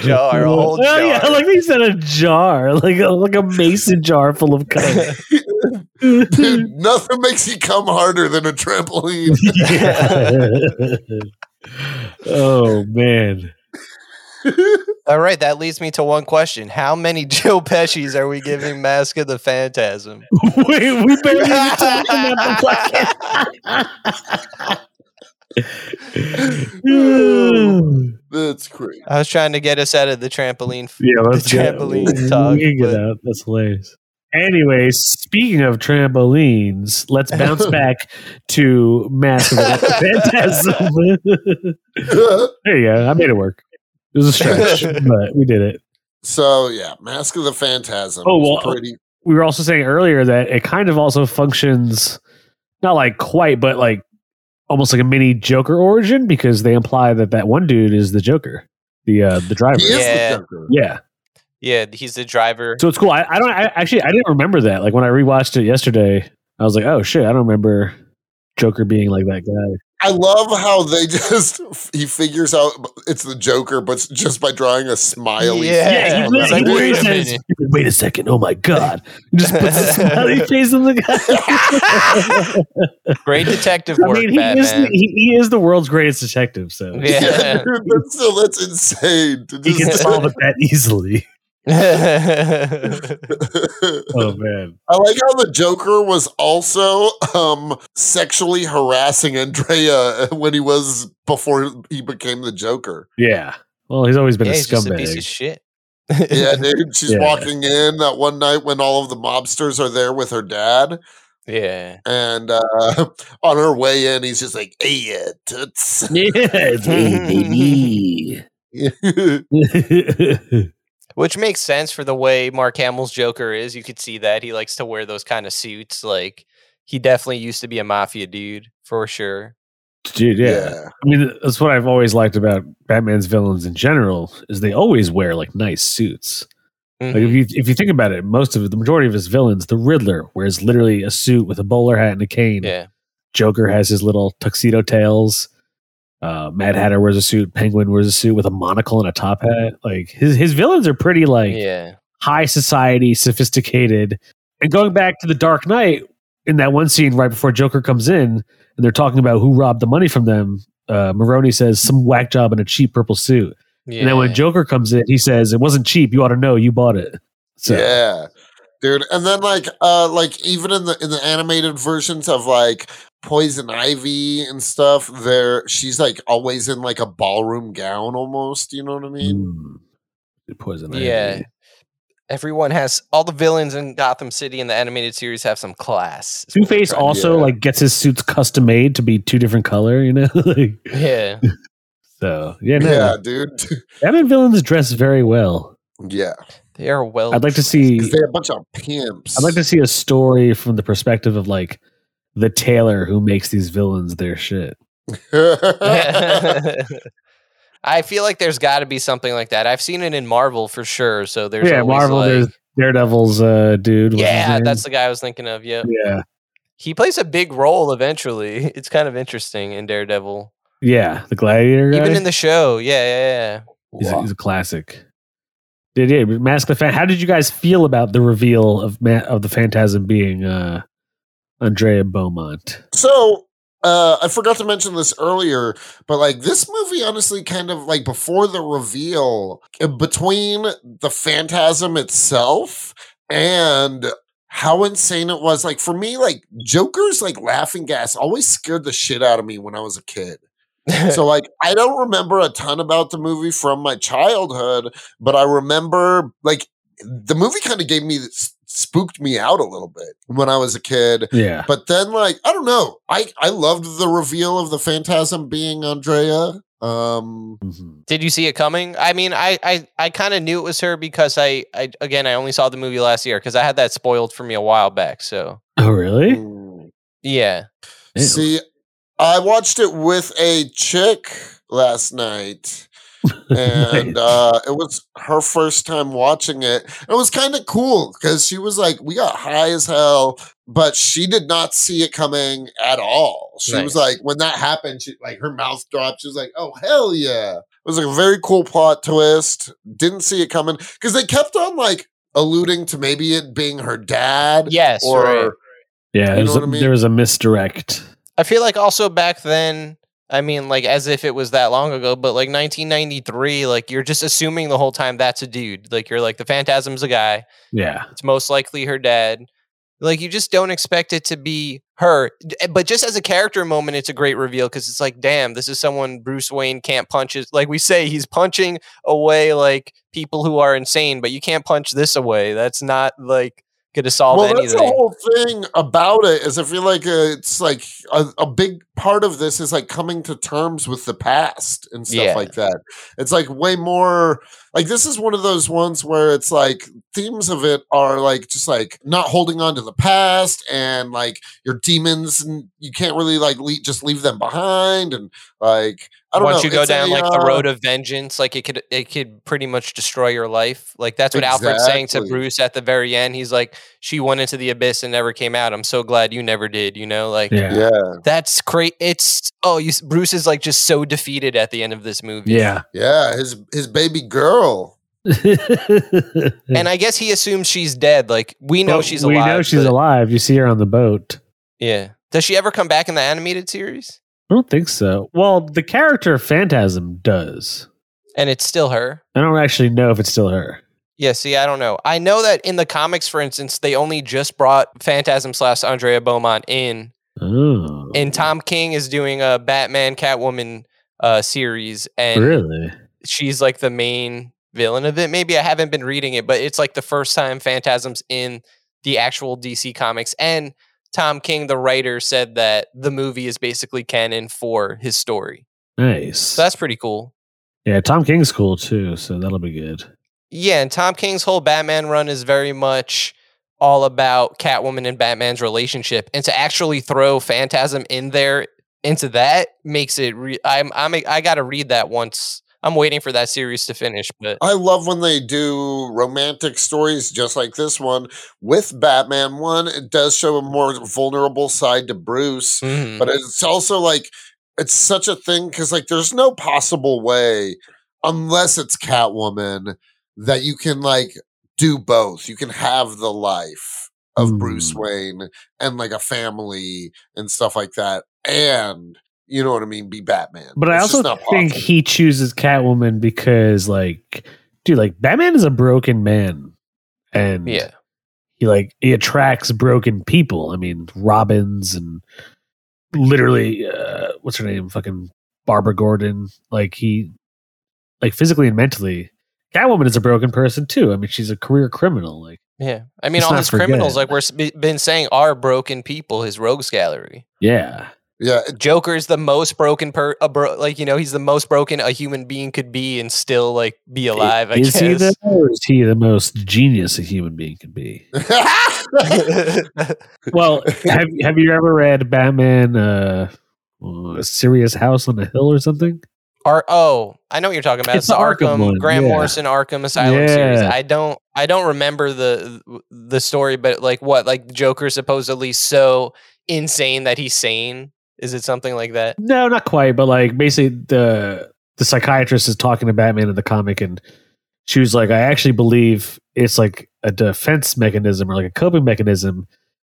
jar, a whole Oh, jar. yeah, like they said a jar, like a, like a mason jar full of cum. Dude, Hmm. nothing makes you cum harder than a trampoline. oh man. All right, that leads me to one question: How many Joe Pesci's are we giving Mask of the Phantasm? Wait, we barely even talked about the podcast. That's crazy. I was trying to get us out of the trampoline. f- yeah, let's The trampoline talk, We can get but- out. That's hilarious. Anyway, speaking of trampolines, let's bounce back to Mask of the Phantasm. there you go. I made it work. It was a stretch, but we did it. so yeah, Mask of the Phantasm. Oh, was well, pretty- we were also saying earlier that it kind of also functions not like quite but like almost like a mini joker origin because they imply that that one dude is the joker the uh the driver he is Yeah. the Joker. yeah Yeah, he's the driver. so it's cool i, I don't I, actually i didn't remember that like when i rewatched it yesterday i was like oh shit i don't remember joker being like that guy I love how they just he figures out it's the Joker, but just by drawing a smiley. Yeah, face he on really- that he dude. really said- says, wait a second oh my god And just puts a smiley face on the guy Great detective i work, mean he is, the, Batman. he, he is the world's greatest detective so yeah, yeah. dude, that's still that's insane. To he can just- solve it that easily. Oh man, I like how the Joker was also um, sexually harassing Andrea when he was before he became the Joker. yeah. Well, he's always been yeah, a he's just a piece of scumbag. shit. Yeah, dude, she's Yeah. walking in that one night when all of the mobsters are there with her dad. yeah. And uh, on her way in, he's just like, "Hey, uh, toots." Yeah, hey, yeah, Which makes sense for the way Mark Hamill's Joker is. You could see that he likes to wear those kind of suits. Like he definitely used to be a mafia dude for sure. dude. Yeah. I mean that's what I've always liked about Batman's villains in general is they always wear like nice suits. Like if Mhm. you if you think about it, most of the majority of his villains, the Riddler wears literally a suit with a bowler hat and a cane. Yeah. Joker has his little tuxedo tails. Uh, Mad Hatter wears a suit. Penguin wears a suit with a monocle and a top hat. Like his his villains are pretty like Yeah. high society, sophisticated. And going back to the Dark Knight in that one scene right before Joker comes in, and they're talking about who robbed the money from them. Uh, Maroni says some whack job in a cheap purple suit, Yeah. and then when Joker comes in, he says it wasn't cheap. You ought to know you bought it. So yeah, dude. And then like, uh, like even in the in the animated versions of like Poison Ivy and stuff, there she's like always in like a ballroom gown, almost. You know what I mean? Mm. poison. ivy. Yeah. Everyone has all the villains in Gotham City in the animated series have some class. is what Two I'm Face trying- also yeah. like gets his suits custom made to be two different color. You know, like, Yeah. so yeah, no, Yeah, dude. Batman villains dress very well. yeah, They are well I'd like to dressed. see 'Cause they're a bunch of pimps. I'd like to see a story from the perspective of like the tailor who makes these villains their shit. I feel like there's got to be something like that. I've seen it in Marvel for sure. So there's Yeah, always, Marvel, Like, there's- Daredevil's uh dude. what's his yeah, name? that's the guy I was thinking of. Yeah, yeah, he plays a big role eventually. It's kind of interesting in Daredevil, yeah, the gladiator guy. even in the show. Yeah, yeah, he's, a, he's a classic. Did yeah, but Mask of the Fan. How did you guys feel about the reveal of Ma- of the Phantasm being uh Andrea Beaumont? So uh, I forgot to mention this earlier, but like this movie, honestly, kind of like before the reveal, uh, between the phantasm itself and how insane it was. Like for me, like Joker's like laughing gas always scared the shit out of me when I was a kid. so like I don't remember a ton about the movie from my childhood, but I remember like the movie kind of gave me spooked me out a little bit when I was a kid. Yeah. But then like I don't know. I I loved the reveal of the phantasm being Andrea. Um Mhm. Did you see it coming? I mean, I I, I kind of knew it was her because I, I again I only saw the movie last year because I had that spoiled for me a while back. So Oh, really? mm, yeah, Ew. see I watched it with a chick last night. and uh, it was her first time watching it. It was kind of cool because she was like, "We got high as hell," but she did not see it coming at all. She was like, when that happened, she like her mouth dropped. She was like, "Oh hell yeah!" It was like a very cool plot twist. Didn't see it coming because they kept on like alluding to maybe it being her dad. yes, Or right. yeah, You know there's a, what I mean? there was a misdirect. I feel like also back then, I mean, like as if it was that long ago, but like 1993, like you're just assuming the whole time that's a dude. Like you're like the phantasm's a guy. Yeah. It's most likely her dad. Like you just don't expect it to be her. D- eh, But just as a character moment, it's a great reveal because it's like, damn, this is someone Bruce Wayne can't punch. His, like we say, he's punching away like people who are insane, but you can't punch this away. That's not like gonna solve well, that's the anything. whole thing about it is I feel like uh, it's like a, a big part of this is like coming to terms with the past and stuff Yeah. like that. It's like way more like this is one of those ones where it's like themes of it are like just like not holding on to the past and like your demons and you can't really like le- just leave them behind and like I don't Once know. you go It's down a, like the uh, road of vengeance, like it could it could pretty much destroy your life. Like that's what Alfred's saying to Exactly. Bruce at the very end. He's like, She went into the abyss and never came out. I'm so glad you never did, you know? Like Yeah. Yeah. yeah. That's great. It's oh, you, s- Bruce is like just so defeated at the end of this movie. Yeah, his his baby girl. and I guess he assumes she's dead. Like we know But she's we alive. know she's but- alive. You see her on the boat. Yeah. Does she ever come back in the animated series? I don't think so. Well, the character Phantasm does. And it's still her. I don't actually know if it's still her. Yeah. See, I don't know. I know that in the comics, for instance, they only just brought Phantasm slash Andrea Beaumont in, Oh, and Tom King is doing a Batman Catwoman uh, series, and really? she's like the main villain of it. Maybe I haven't been reading it, but it's like the first time Phantasm's in the actual DC comics. And Tom King, the writer, said that the movie is basically canon for his story. Nice. So that's pretty cool. yeah, Tom King's cool too, so that'll be good. Yeah, and Tom King's whole Batman run is very much all about Catwoman and Batman's relationship, and to actually throw Phantasm in there into that makes it. Re- I'm I'm I got to read that once. I'm waiting for that series to finish, but I love when they do romantic stories just like this one with Batman. One, it does show a more vulnerable side to Bruce, Mhm. Mm-hmm. but it's also like it's such a thing because like there's no possible way, unless it's Catwoman, that you can like do both. You can have the life of Bruce Hmm. Wayne and like a family and stuff like that, and you know what I mean, be Batman. But I It's just also not think possible. he chooses Catwoman because, like, dude, like Batman is a broken man, and yeah. he like he attracts broken people. I mean, Robbins and literally, uh, what's her name? Fucking Barbara Gordon. Like he, like physically and mentally, Catwoman is a broken person too. I mean, she's a career criminal. Like, Yeah, I mean, Let's all not his criminals, forget. like we're s- be- been saying, are broken people. His rogues gallery. yeah, yeah, Joker is the most broken per, a bro- like you know, he's the most broken a human being could be and still like be alive. I is guess. he the or is he the most genius a human being can be? Well, have have you ever read Batman? Uh, uh, Serious House on the Hill or something? Ar- oh, I know what you're talking about. It's It's, the the Arkham Arkham, one, Graham yeah. Morrison Arkham Asylum series. Yeah. I don't, I don't remember the the story, but like what, like Joker supposedly so insane that he's sane. Is it something like that? No, not quite, but like basically the the psychiatrist is talking to Batman in the comic and she was like, I actually believe it's like a defense mechanism or like a coping mechanism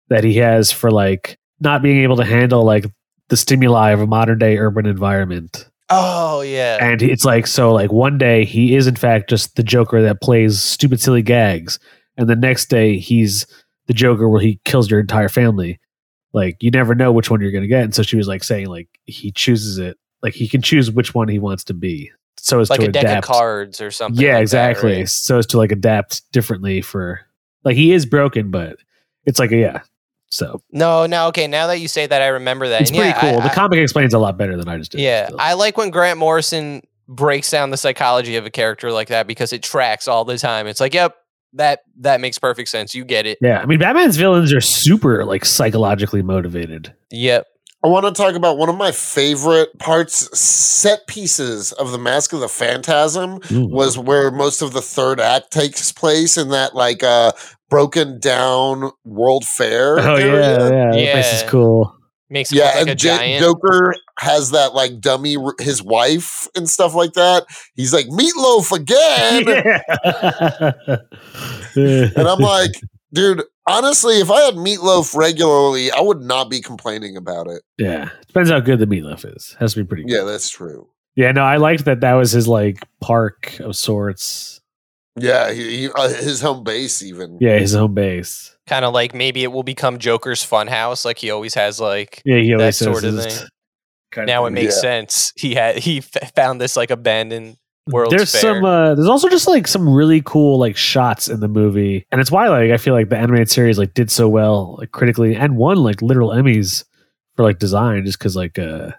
that he has for like not being able to handle like the stimuli of a modern day urban environment. Oh yeah. And it's like so like one day he is in fact just the Joker that plays stupid silly gags, and the next day he's the Joker where he kills your entire family. Like you never know which one you're gonna get. And so she was like saying like he chooses it. Like he can choose which one he wants to be. So as like to a deck adapt. of cards or something. yeah, like that, exactly. right? So as to like adapt differently for like he is broken, but it's like yeah. So No, no. Okay, now that you say that, I remember that. it's And pretty yeah, cool. I- the I- comic explains a lot better than I just did. Yeah, still. I like when Grant Morrison breaks down the psychology of a character like that because it tracks all the time. It's like, yep, that that makes perfect sense. You get it. yeah. I mean, Batman's villains are super like psychologically motivated. Yep. I want to talk about one of my favorite parts, set pieces of The Mask of the Phantasm Ooh. was where most of the third act takes place in that like uh broken down World Fair. Oh yeah, area. yeah, That place Yeah. is cool. Makes him Yeah, look like and a J- giant. Joker has that like dummy, r- his wife and stuff like that. He's like meatloaf again, and I'm like, dude, honestly, if I had meatloaf regularly, I would not be complaining about it. yeah. Depends how good the meatloaf is. Has to be pretty good. Yeah, that's true. Yeah, no, I liked that. That was his like park of sorts. Yeah, he, he, uh, his home base even. Yeah, his home base. kind of like maybe it will become Joker's funhouse, like he always has. Like Yeah, he always That says sort of it's- thing. kind of now it thing. makes sense. He had he f- found this like abandoned world's There's fair. some. Uh, there's also just like some really cool like shots in the movie, and it's why like I feel like the animated series like did so well like critically and won like literal Emmys for like design just because like uh.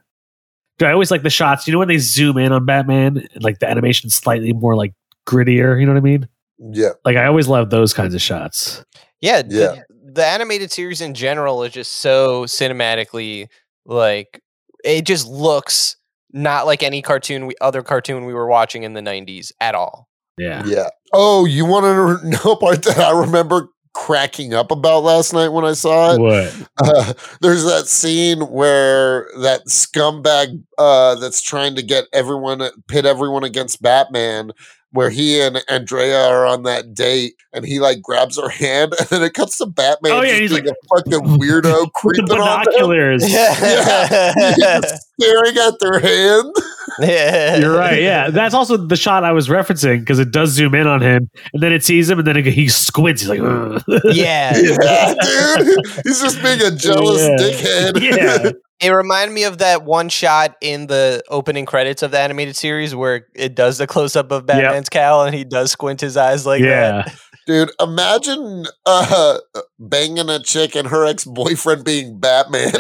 Dude, I always like the shots. You know when they zoom in on Batman, and, like the animation's slightly more like grittier. You know what I mean? yeah. Like I always love those kinds of shots. yeah, the- Yeah. The animated series in general is just so cinematically like it just looks not like any cartoon we, other cartoon we were watching in the 90s at all. Yeah. Yeah. Oh, you want to know a part that I remember cracking up about last night when I saw it? What? Uh, there's that scene where that scumbag uh, that's trying to get everyone, pit everyone against Batman. Where he and Andrea are on that date, and he like grabs her hand, and then it cuts to Batman. Oh, yeah, just he's being like- a fucking weirdo The creeping on them, binoculars. Just staring at their hand. You're right. Yeah. That's also the shot I was referencing because it does zoom in on him and then it sees him and then it, he squints. He's like, "Ugh." yeah. Yeah, dude, he's just being a jealous Yeah. dickhead. yeah. It reminded me of that one shot in the opening credits of the animated series where it does the close up of Batman's cowl and he does squint his eyes like that. uh, yeah. Dude, imagine uh, banging a chick and her ex boyfriend being Batman.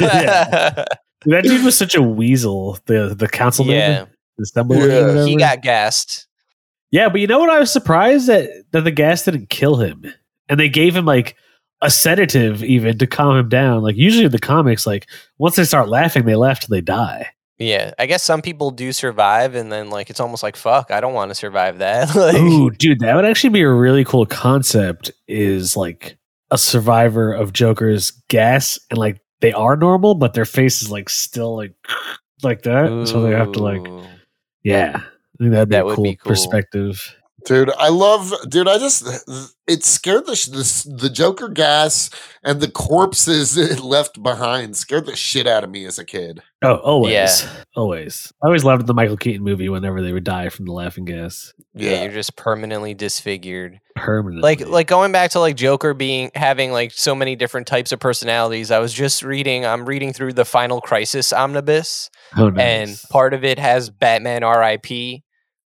Yeah. That dude was such a weasel, the the councilman. Yeah. The stumbler. Yeah. Yeah. He got gassed. yeah, but you know what? I was surprised that, that the gas didn't kill him. And they gave him like a sedative even to calm him down. Like usually in the comics, like once they start laughing, they laugh till they die. Yeah. I guess some people do survive and then like it's almost like fuck, I don't want to survive that. like Ooh, dude, that would actually be a really cool concept. Is like a survivor of Joker's gas, and like they are normal, but their face is like still like like that. So they have to like, Ooh. yeah, I think that'd be That a would cool, be cool. perspective. dude, I love, dude, I just, it scared the, sh- the, s- the Joker gas and the corpses it left behind scared the shit out of me as a kid. Oh, always, Yeah. always. I always loved the Michael Keaton movie whenever they would die from the laughing gas yeah. you're just permanently disfigured. permanently. like like going back to like joker being having like so many different types of personalities i was just reading i'm reading through the final crisis omnibus oh, nice. and part of it has batman rip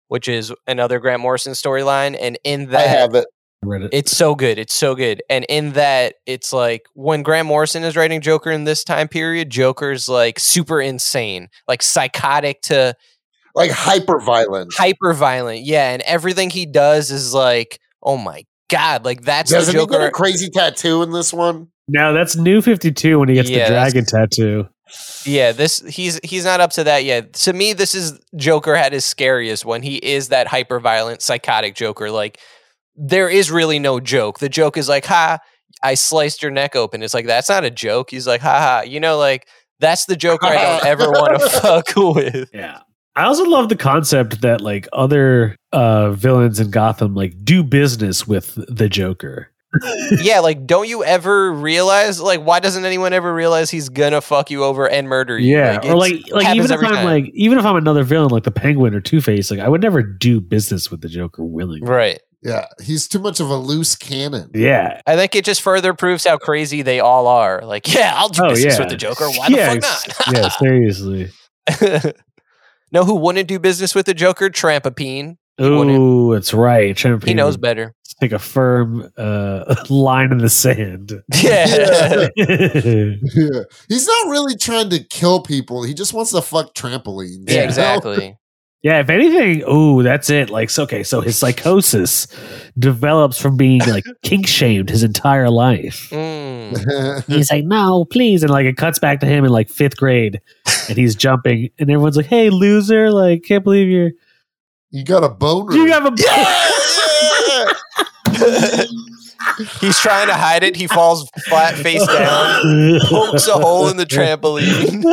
which is another grant morrison storyline and in I that have it. Read it. it's so good it's so good and in that it's like when grant morrison is writing joker in this time period joker's like super insane like psychotic to Like hyper violent. hyper violent. Yeah, and everything he does is like, oh my god, like that's Doesn't the he get Joker. a crazy tattoo in this one? now that's New Fifty Two when he gets Yeah, the that's- dragon tattoo. yeah, this he's he's not up to that yet. To me, this is Joker at his scariest when he is that hyper violent, psychotic Joker. Like there is really no joke. The joke is like, ha, I sliced your neck open. It's like that's not a joke. He's like, ha ha, you know, like that's the Joker I don't ever want to fuck with. Yeah. I also love the concept that like other uh villains in Gotham like do business with the Joker. yeah, like don't you ever realize like why doesn't anyone ever realize he's gonna fuck you over and murder you? Yeah, or it's- like like happens even if I'm every time. like even if I'm another villain like the Penguin or Two Face, like I would never do business with the Joker willingly. right. Yeah, he's too much of a loose cannon. Yeah, I think it just further proves how crazy they all are. Like, yeah, I'll do Oh, business yeah. with the Joker. Why Yeah, the ex- fuck yeah, seriously. not? no, who wouldn't do business with the Joker? Trampapine. wouldn't. Oh, that's right. He Champion knows better. Take a firm uh, line in the sand. Yeah. yeah, Yeah. He's not really trying to kill people. He just wants to fuck trampolines. you yeah, know? exactly. if anything, oh, that's it. Like, so, okay, so his psychosis develops from being like kink shamed his entire life. Mm. He's like, no, please. And like, it cuts back to him in like fifth grade and he's jumping, and everyone's like, hey, loser. Like, can't believe you're. you got a boner. You have a. He's trying to hide it. He falls flat face down, pokes a hole in the trampoline.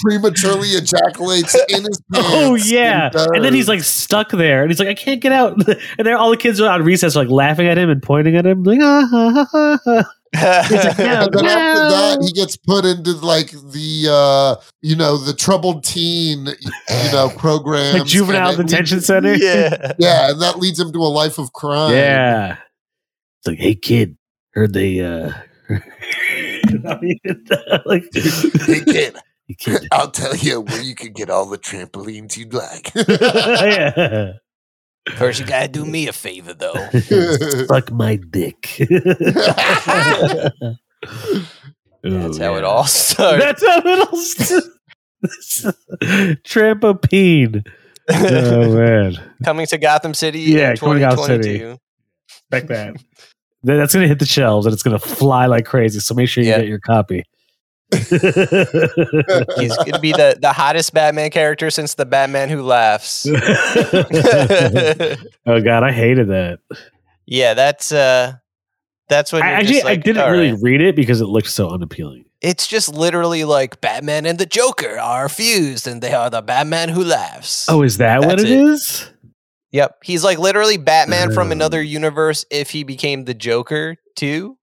prematurely ejaculates in his pants. Oh yeah, does. and then he's like stuck there, and he's like, "I can't get out." And then all the kids are on recess, like laughing at him and pointing at him, like, "Ah ha ha ha!" ha." And then after No. that, he gets put into like the uh, you know the troubled teen you know program, Like juvenile detention center. yeah. yeah, and that leads him to a life of crime. Yeah. It's like, hey kid, heard they uh, like, Hey, kid, "Hey, kid. I'll tell you where you can get all the trampolines you'd like. yeah. First, you gotta do me a favor though. Oh, Fuck my dick. That's how it all starts. That's how it all starts. Trampopine. Oh man. Coming to Gotham City. Yeah, in coming to Gotham City. 2022. Expect that. Then That's gonna hit the shelves and it's gonna fly like crazy. So make sure you Yeah. get your copy. He's gonna be the, the hottest Batman character since the Batman Who Laughs. yeah, oh god, I hated that. that's uh that's when I, you're actually just I like, didn't "All really right." read it because it looked so unappealing. It's just literally like Batman and the Joker are fused and they are the Batman who laughs. Oh, is that what That's it it. is? Yep. He's like literally Batman from Oh. another universe if he became the Joker too.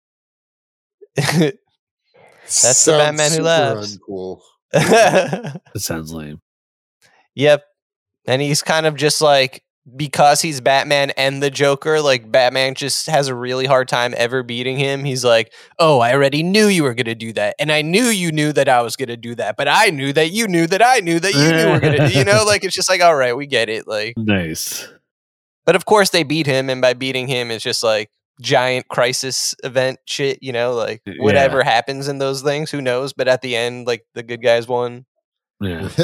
That's the Batman who laughs. Uncool. That sounds lame. Yep. And he's kind of just like because he's Batman and the Joker, like Batman just has a really hard time ever beating him. He's like, "Oh, I already knew you were going to do that. And I knew you knew that I was going to do that. But I knew that you knew that I knew that you knew were going to, you know, like it's just like, "All right, we get it." Like Nice. but of course they beat him and by beating him it's just like giant crisis event shit, you know, like Yeah. whatever happens in those things, who knows, but at the end like the good guys won. Yeah.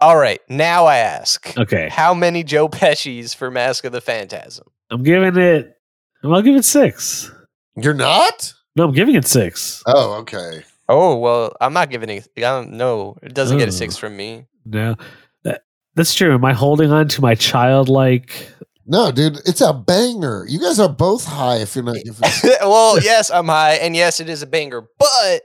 All right, now I ask. Okay. How many Joe Pesci's for Mask of the Phantasm? I'm giving it. I'll give it six. You're not? No, I'm giving it six. Oh, okay. Oh well, I'm not giving it. I don't know. It doesn't get a six Oh. from me. No, that, that's true. Am I holding on to my childlike? No, dude, it's a banger. You guys are both high if you're not giving well, yes, I'm high, and yes, it is a banger, but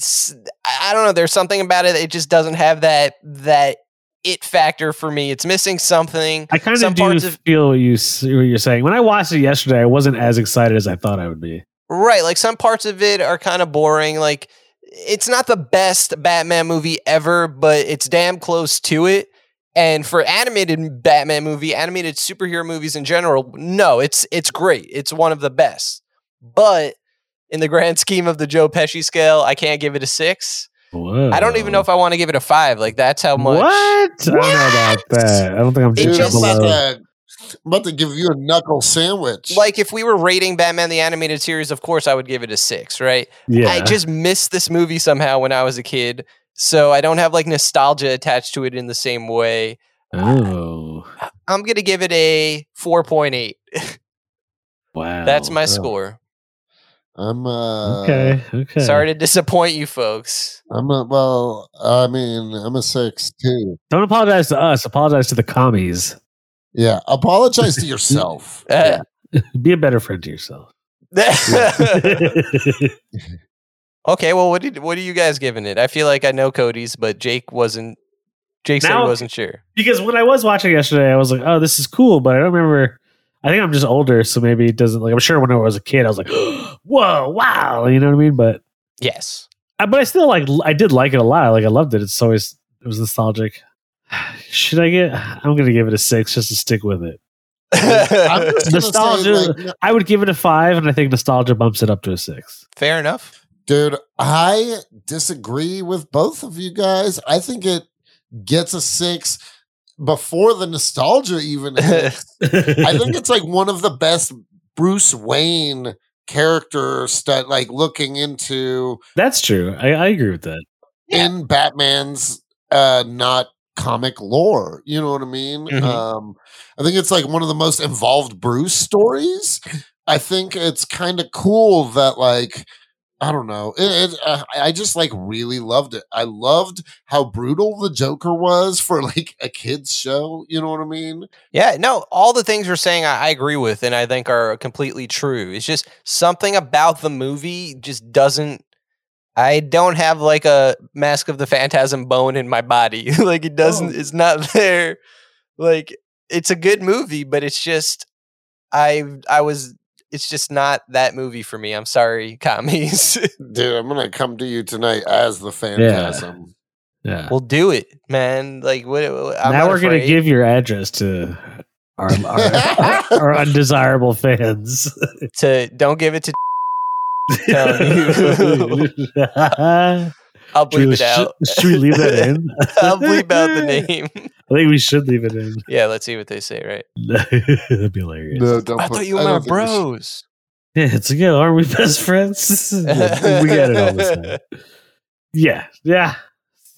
s- I I don't know. There's something about it. It just doesn't have that that it factor for me. It's missing something. I kind Some of do parts of- feel what you s- what you're saying. When I watched it yesterday, I wasn't as excited as I thought I would be. Right, like some parts of it are kind of boring. Like it's not the best Batman movie ever, but it's damn close to it. And for animated Batman movie, animated superhero movies in general, no, it's it's great. It's one of the best. But in the grand scheme of the Joe Pesci scale, I can't give it a six. Whoa. I don't even know if I want to give it a five. Like that's how much. What? I don't know about that. I don't think I'm It just Dude, I'm, just- about below. to, I'm about to give you a knuckle sandwich. Like if we were rating Batman the animated series, of course I would give it a six, right? Yeah. I just missed this movie somehow when I was a kid. So I don't have like nostalgia attached to it in the same way. oh. I'm going to give it a 4.8. Wow. That's my Oh. score. I'm uh Okay. Okay. Sorry to disappoint you folks. I'm a well, I mean, I'm a six too. Don't apologize to us. Apologize to the commies. Yeah. Apologize to yourself. Uh, Be a better friend to yourself. okay, well what did what are you guys giving it? I feel like I know Cody's, but Jake wasn't Jake said he Now- wasn't sure. because when I was watching yesterday, I was like, "Oh, this is cool," but I don't remember. I think I'm just older, so maybe it doesn't like. I'm sure when I was a kid, I was like, "Whoa, wow," you know what I mean? But Yes. I, Uh, but I still like. I did like it a lot. Like I loved it. It's always it was nostalgic. Should I get? I'm gonna give it a six just to stick with it. I'm just gonna say, Nostalgia. like, I would give it a five, and I think nostalgia bumps it up to a six. Fair enough. Dude, I disagree with both of you guys. I think it gets a six before the nostalgia even hits. I think it's like one of the best Bruce Wayne character stuff, like looking into That's true. I, I agree with that. Yeah. in Batman's uh not comic lore. You know what I mean? Mhm. Um I think it's like one of the most involved Bruce stories. I think it's kind of cool that like I don't know. It, it, uh, I just like really loved it. I loved how brutal the Joker was for like a kids show. You know what I mean? Yeah, no, all the things you're saying I, I agree with and I think are completely true. It's just something about the movie just doesn't I don't have like a mask of the phantasm bone in my body. like it doesn't Oh. it's not there. Like it's a good movie, but it's just I I was it's just not that movie for me. I'm sorry, commies. Dude, I'm gonna come to you tonight as the Phantasm. Yeah. we'll do it, man. Like what I'm now not we're gonna afraid. give your address to our our, our undesirable fans. to don't give it to Telling I'll Should bleep we- it out. should- should we leave that in? I'll bleep out the name. I think we should leave it in. Yeah, let's see what they say, right? That'd be hilarious. don't I put- thought you I were don't my think you should- bros. Yeah, it's like, yeah, aren't we best friends? Yeah, we get it all this time. Yeah, yeah.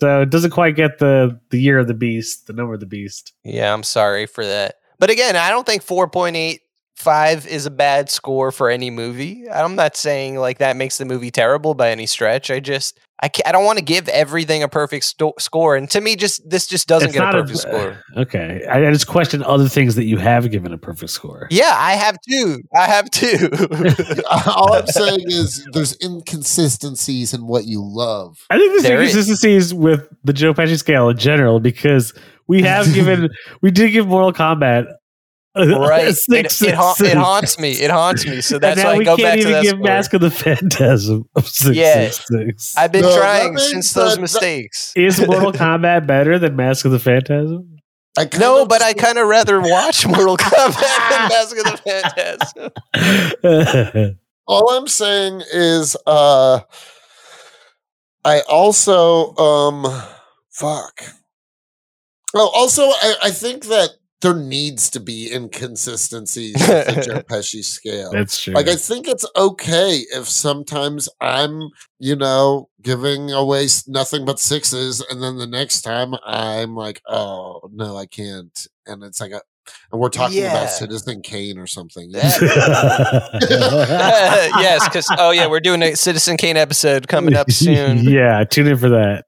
So it doesn't quite get the the year of the beast, the number of the beast. Yeah, I'm sorry for that. But again, I don't think 4.85 is a bad score for any movie. I'm not saying like that makes the movie terrible by any stretch. I just I ca I don't want to give everything a perfect sto- score. And to me, just this just doesn't It's get a uh, not a- perfect score. Okay, I, I just question other things that you have given a perfect score. Yeah, I have two. I have two. All I'm saying is there's inconsistencies in what you love. I think there's There is. inconsistencies with the Joe Pesci scale in general because we have given we did give Mortal Kombat a- a right? It, six, it, haunt- six, it six. haunts me. It haunts me. So And that's now why I we go can't back to even that. give score. Mask of the Phantasm of six Yeah. six six. I've been No, that trying means since those that- that- mistakes. Is Mortal Kombat better than Mask of the Phantasm? I kind No, of- but I kind of rather watch Mortal Kombat than Mask of the Phantasm. all I'm saying is uh I also um fuck. Oh, also I, I think that there needs to be inconsistencies with the Joe Pesci scale. That's true. Like I think it's okay if sometimes I'm, you know, giving away s- nothing but sixes, and then the next time I'm like, oh no, I can't, and it's like a, and we're talking Yeah. about Citizen Kane or something. you That- know? yes, because oh yeah, we're doing a Citizen Kane episode coming up soon. yeah, tune in for that.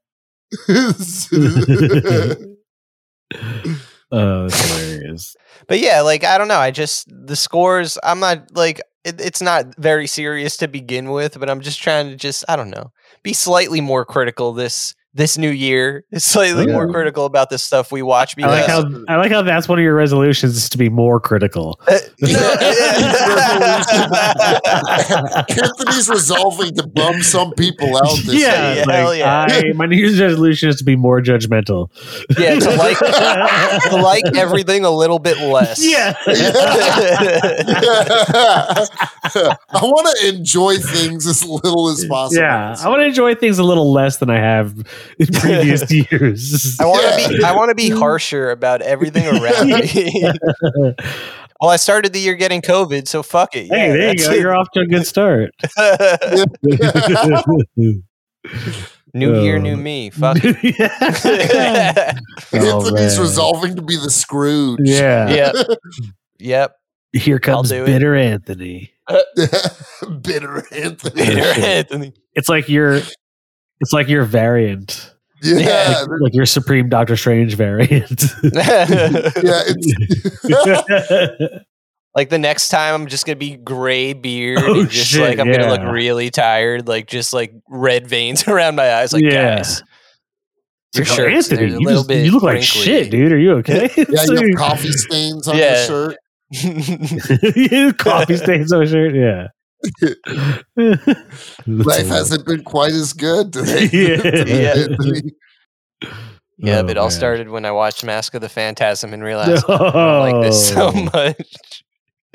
Oh, that's hilarious. But yeah, like I don't know. I just the scores. I'm not like it, it's not very serious to begin with, but I'm just trying to just I don't know be slightly more critical this this new year. Slightly more Yeah. critical about this stuff we I watch because like how I like how that's one of your resolutions is to be more critical. Uh, Yeah. Anthony's resolving to bum some people out. This yeah, year. Yeah, hell like, yeah. I, my New Year's resolution is to be more judgmental. Yeah, to like- to like everything a little bit less. yeah. I want to enjoy things as little as possible. Yeah, I want to enjoy things a little less than I have in previous years. I want to be I want to be harsher about everything around me. well, I started the year getting COVID, so fuck it. Hey, Yeah, there you that's go. it. You're off to a good start. new year, Um, new me. Fuck. it. yeah. Oh, Anthony's man. resolving to be the Scrooge. yeah. yep. Yep. Here comes do it. bitter Anthony. Bitter Anthony. Peter shit. Anthony. It's like your it's like your variant. Yeah. Like, like your Supreme Doctor Strange variant. Yeah, it's like the next time, I'm just gonna be gray beard, Oh, and just shit, like I'm gonna yeah. look really tired, like just like red veins around my eyes. Like Yeah. guys, It's like, oh, shirts, they're Anthony, a you, little just- you look like wrinkly. shit, dude. Are you okay? yeah, It's you have like- coffee stains on Yeah. your shirt. Oh, Coffee stains on my shirt. Yeah. Oh, Life hasn't been quite as good today. Yeah. Yeah, Oh, but it all man. started when I watched Mask of the Phantasm and realized I don't like this so No. much.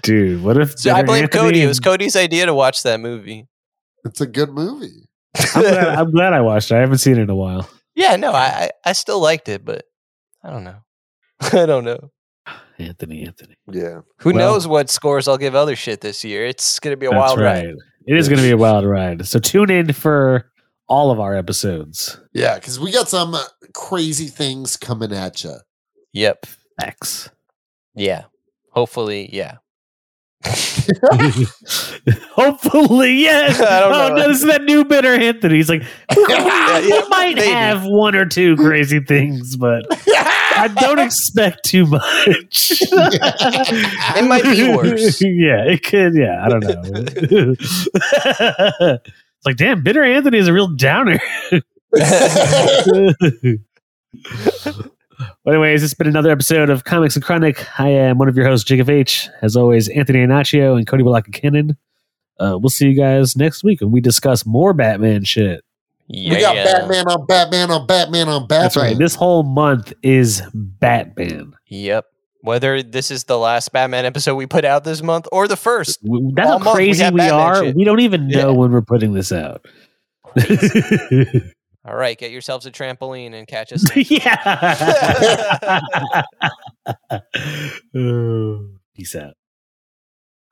Dude, what if So I Jennifer blame Cody. It was Anthony- Cody's idea to watch that movie. It's a good movie. I'm glad, I'm glad I watched it. I haven't seen it in a while. yeah, no, I, I I still liked it, but I don't know. I don't know. Anthony, Anthony. Yeah. Who Well- knows what scores I'll give other shit this year? It's gonna be a That's wild right. ride. It is going to be a wild ride. So tune in for all of our episodes. Yeah, because we got some uh, crazy things coming at you. Yep. X. Yeah. Hopefully, yeah. Hopefully, yes. I don't oh know. no, this is that new bitter Anthony. He's like, Yeah, we yeah, might maybe. have one or two crazy things, but I don't expect too much. It might be worse. yeah, it could. Yeah, I don't know. it's like, damn, bitter Anthony is a real downer. well, anyways, it's been another episode of Comics and Chronic. I am one of your hosts, Jacob H. As always, Anthony Anaccio and Cody Balaka Cannon. Uh, we'll see you guys next week when we discuss more Batman shit. yeah. We got Batman on Batman on Batman on Batman. That's right. This whole month is Batman. Yep. Whether this is the last Batman episode we put out this month or the first. W- That's All how month we crazy got we, Batman are. shit. We don't even know Yeah. when we're putting this out. All right, get yourselves a trampoline and catch us. yeah. Peace out.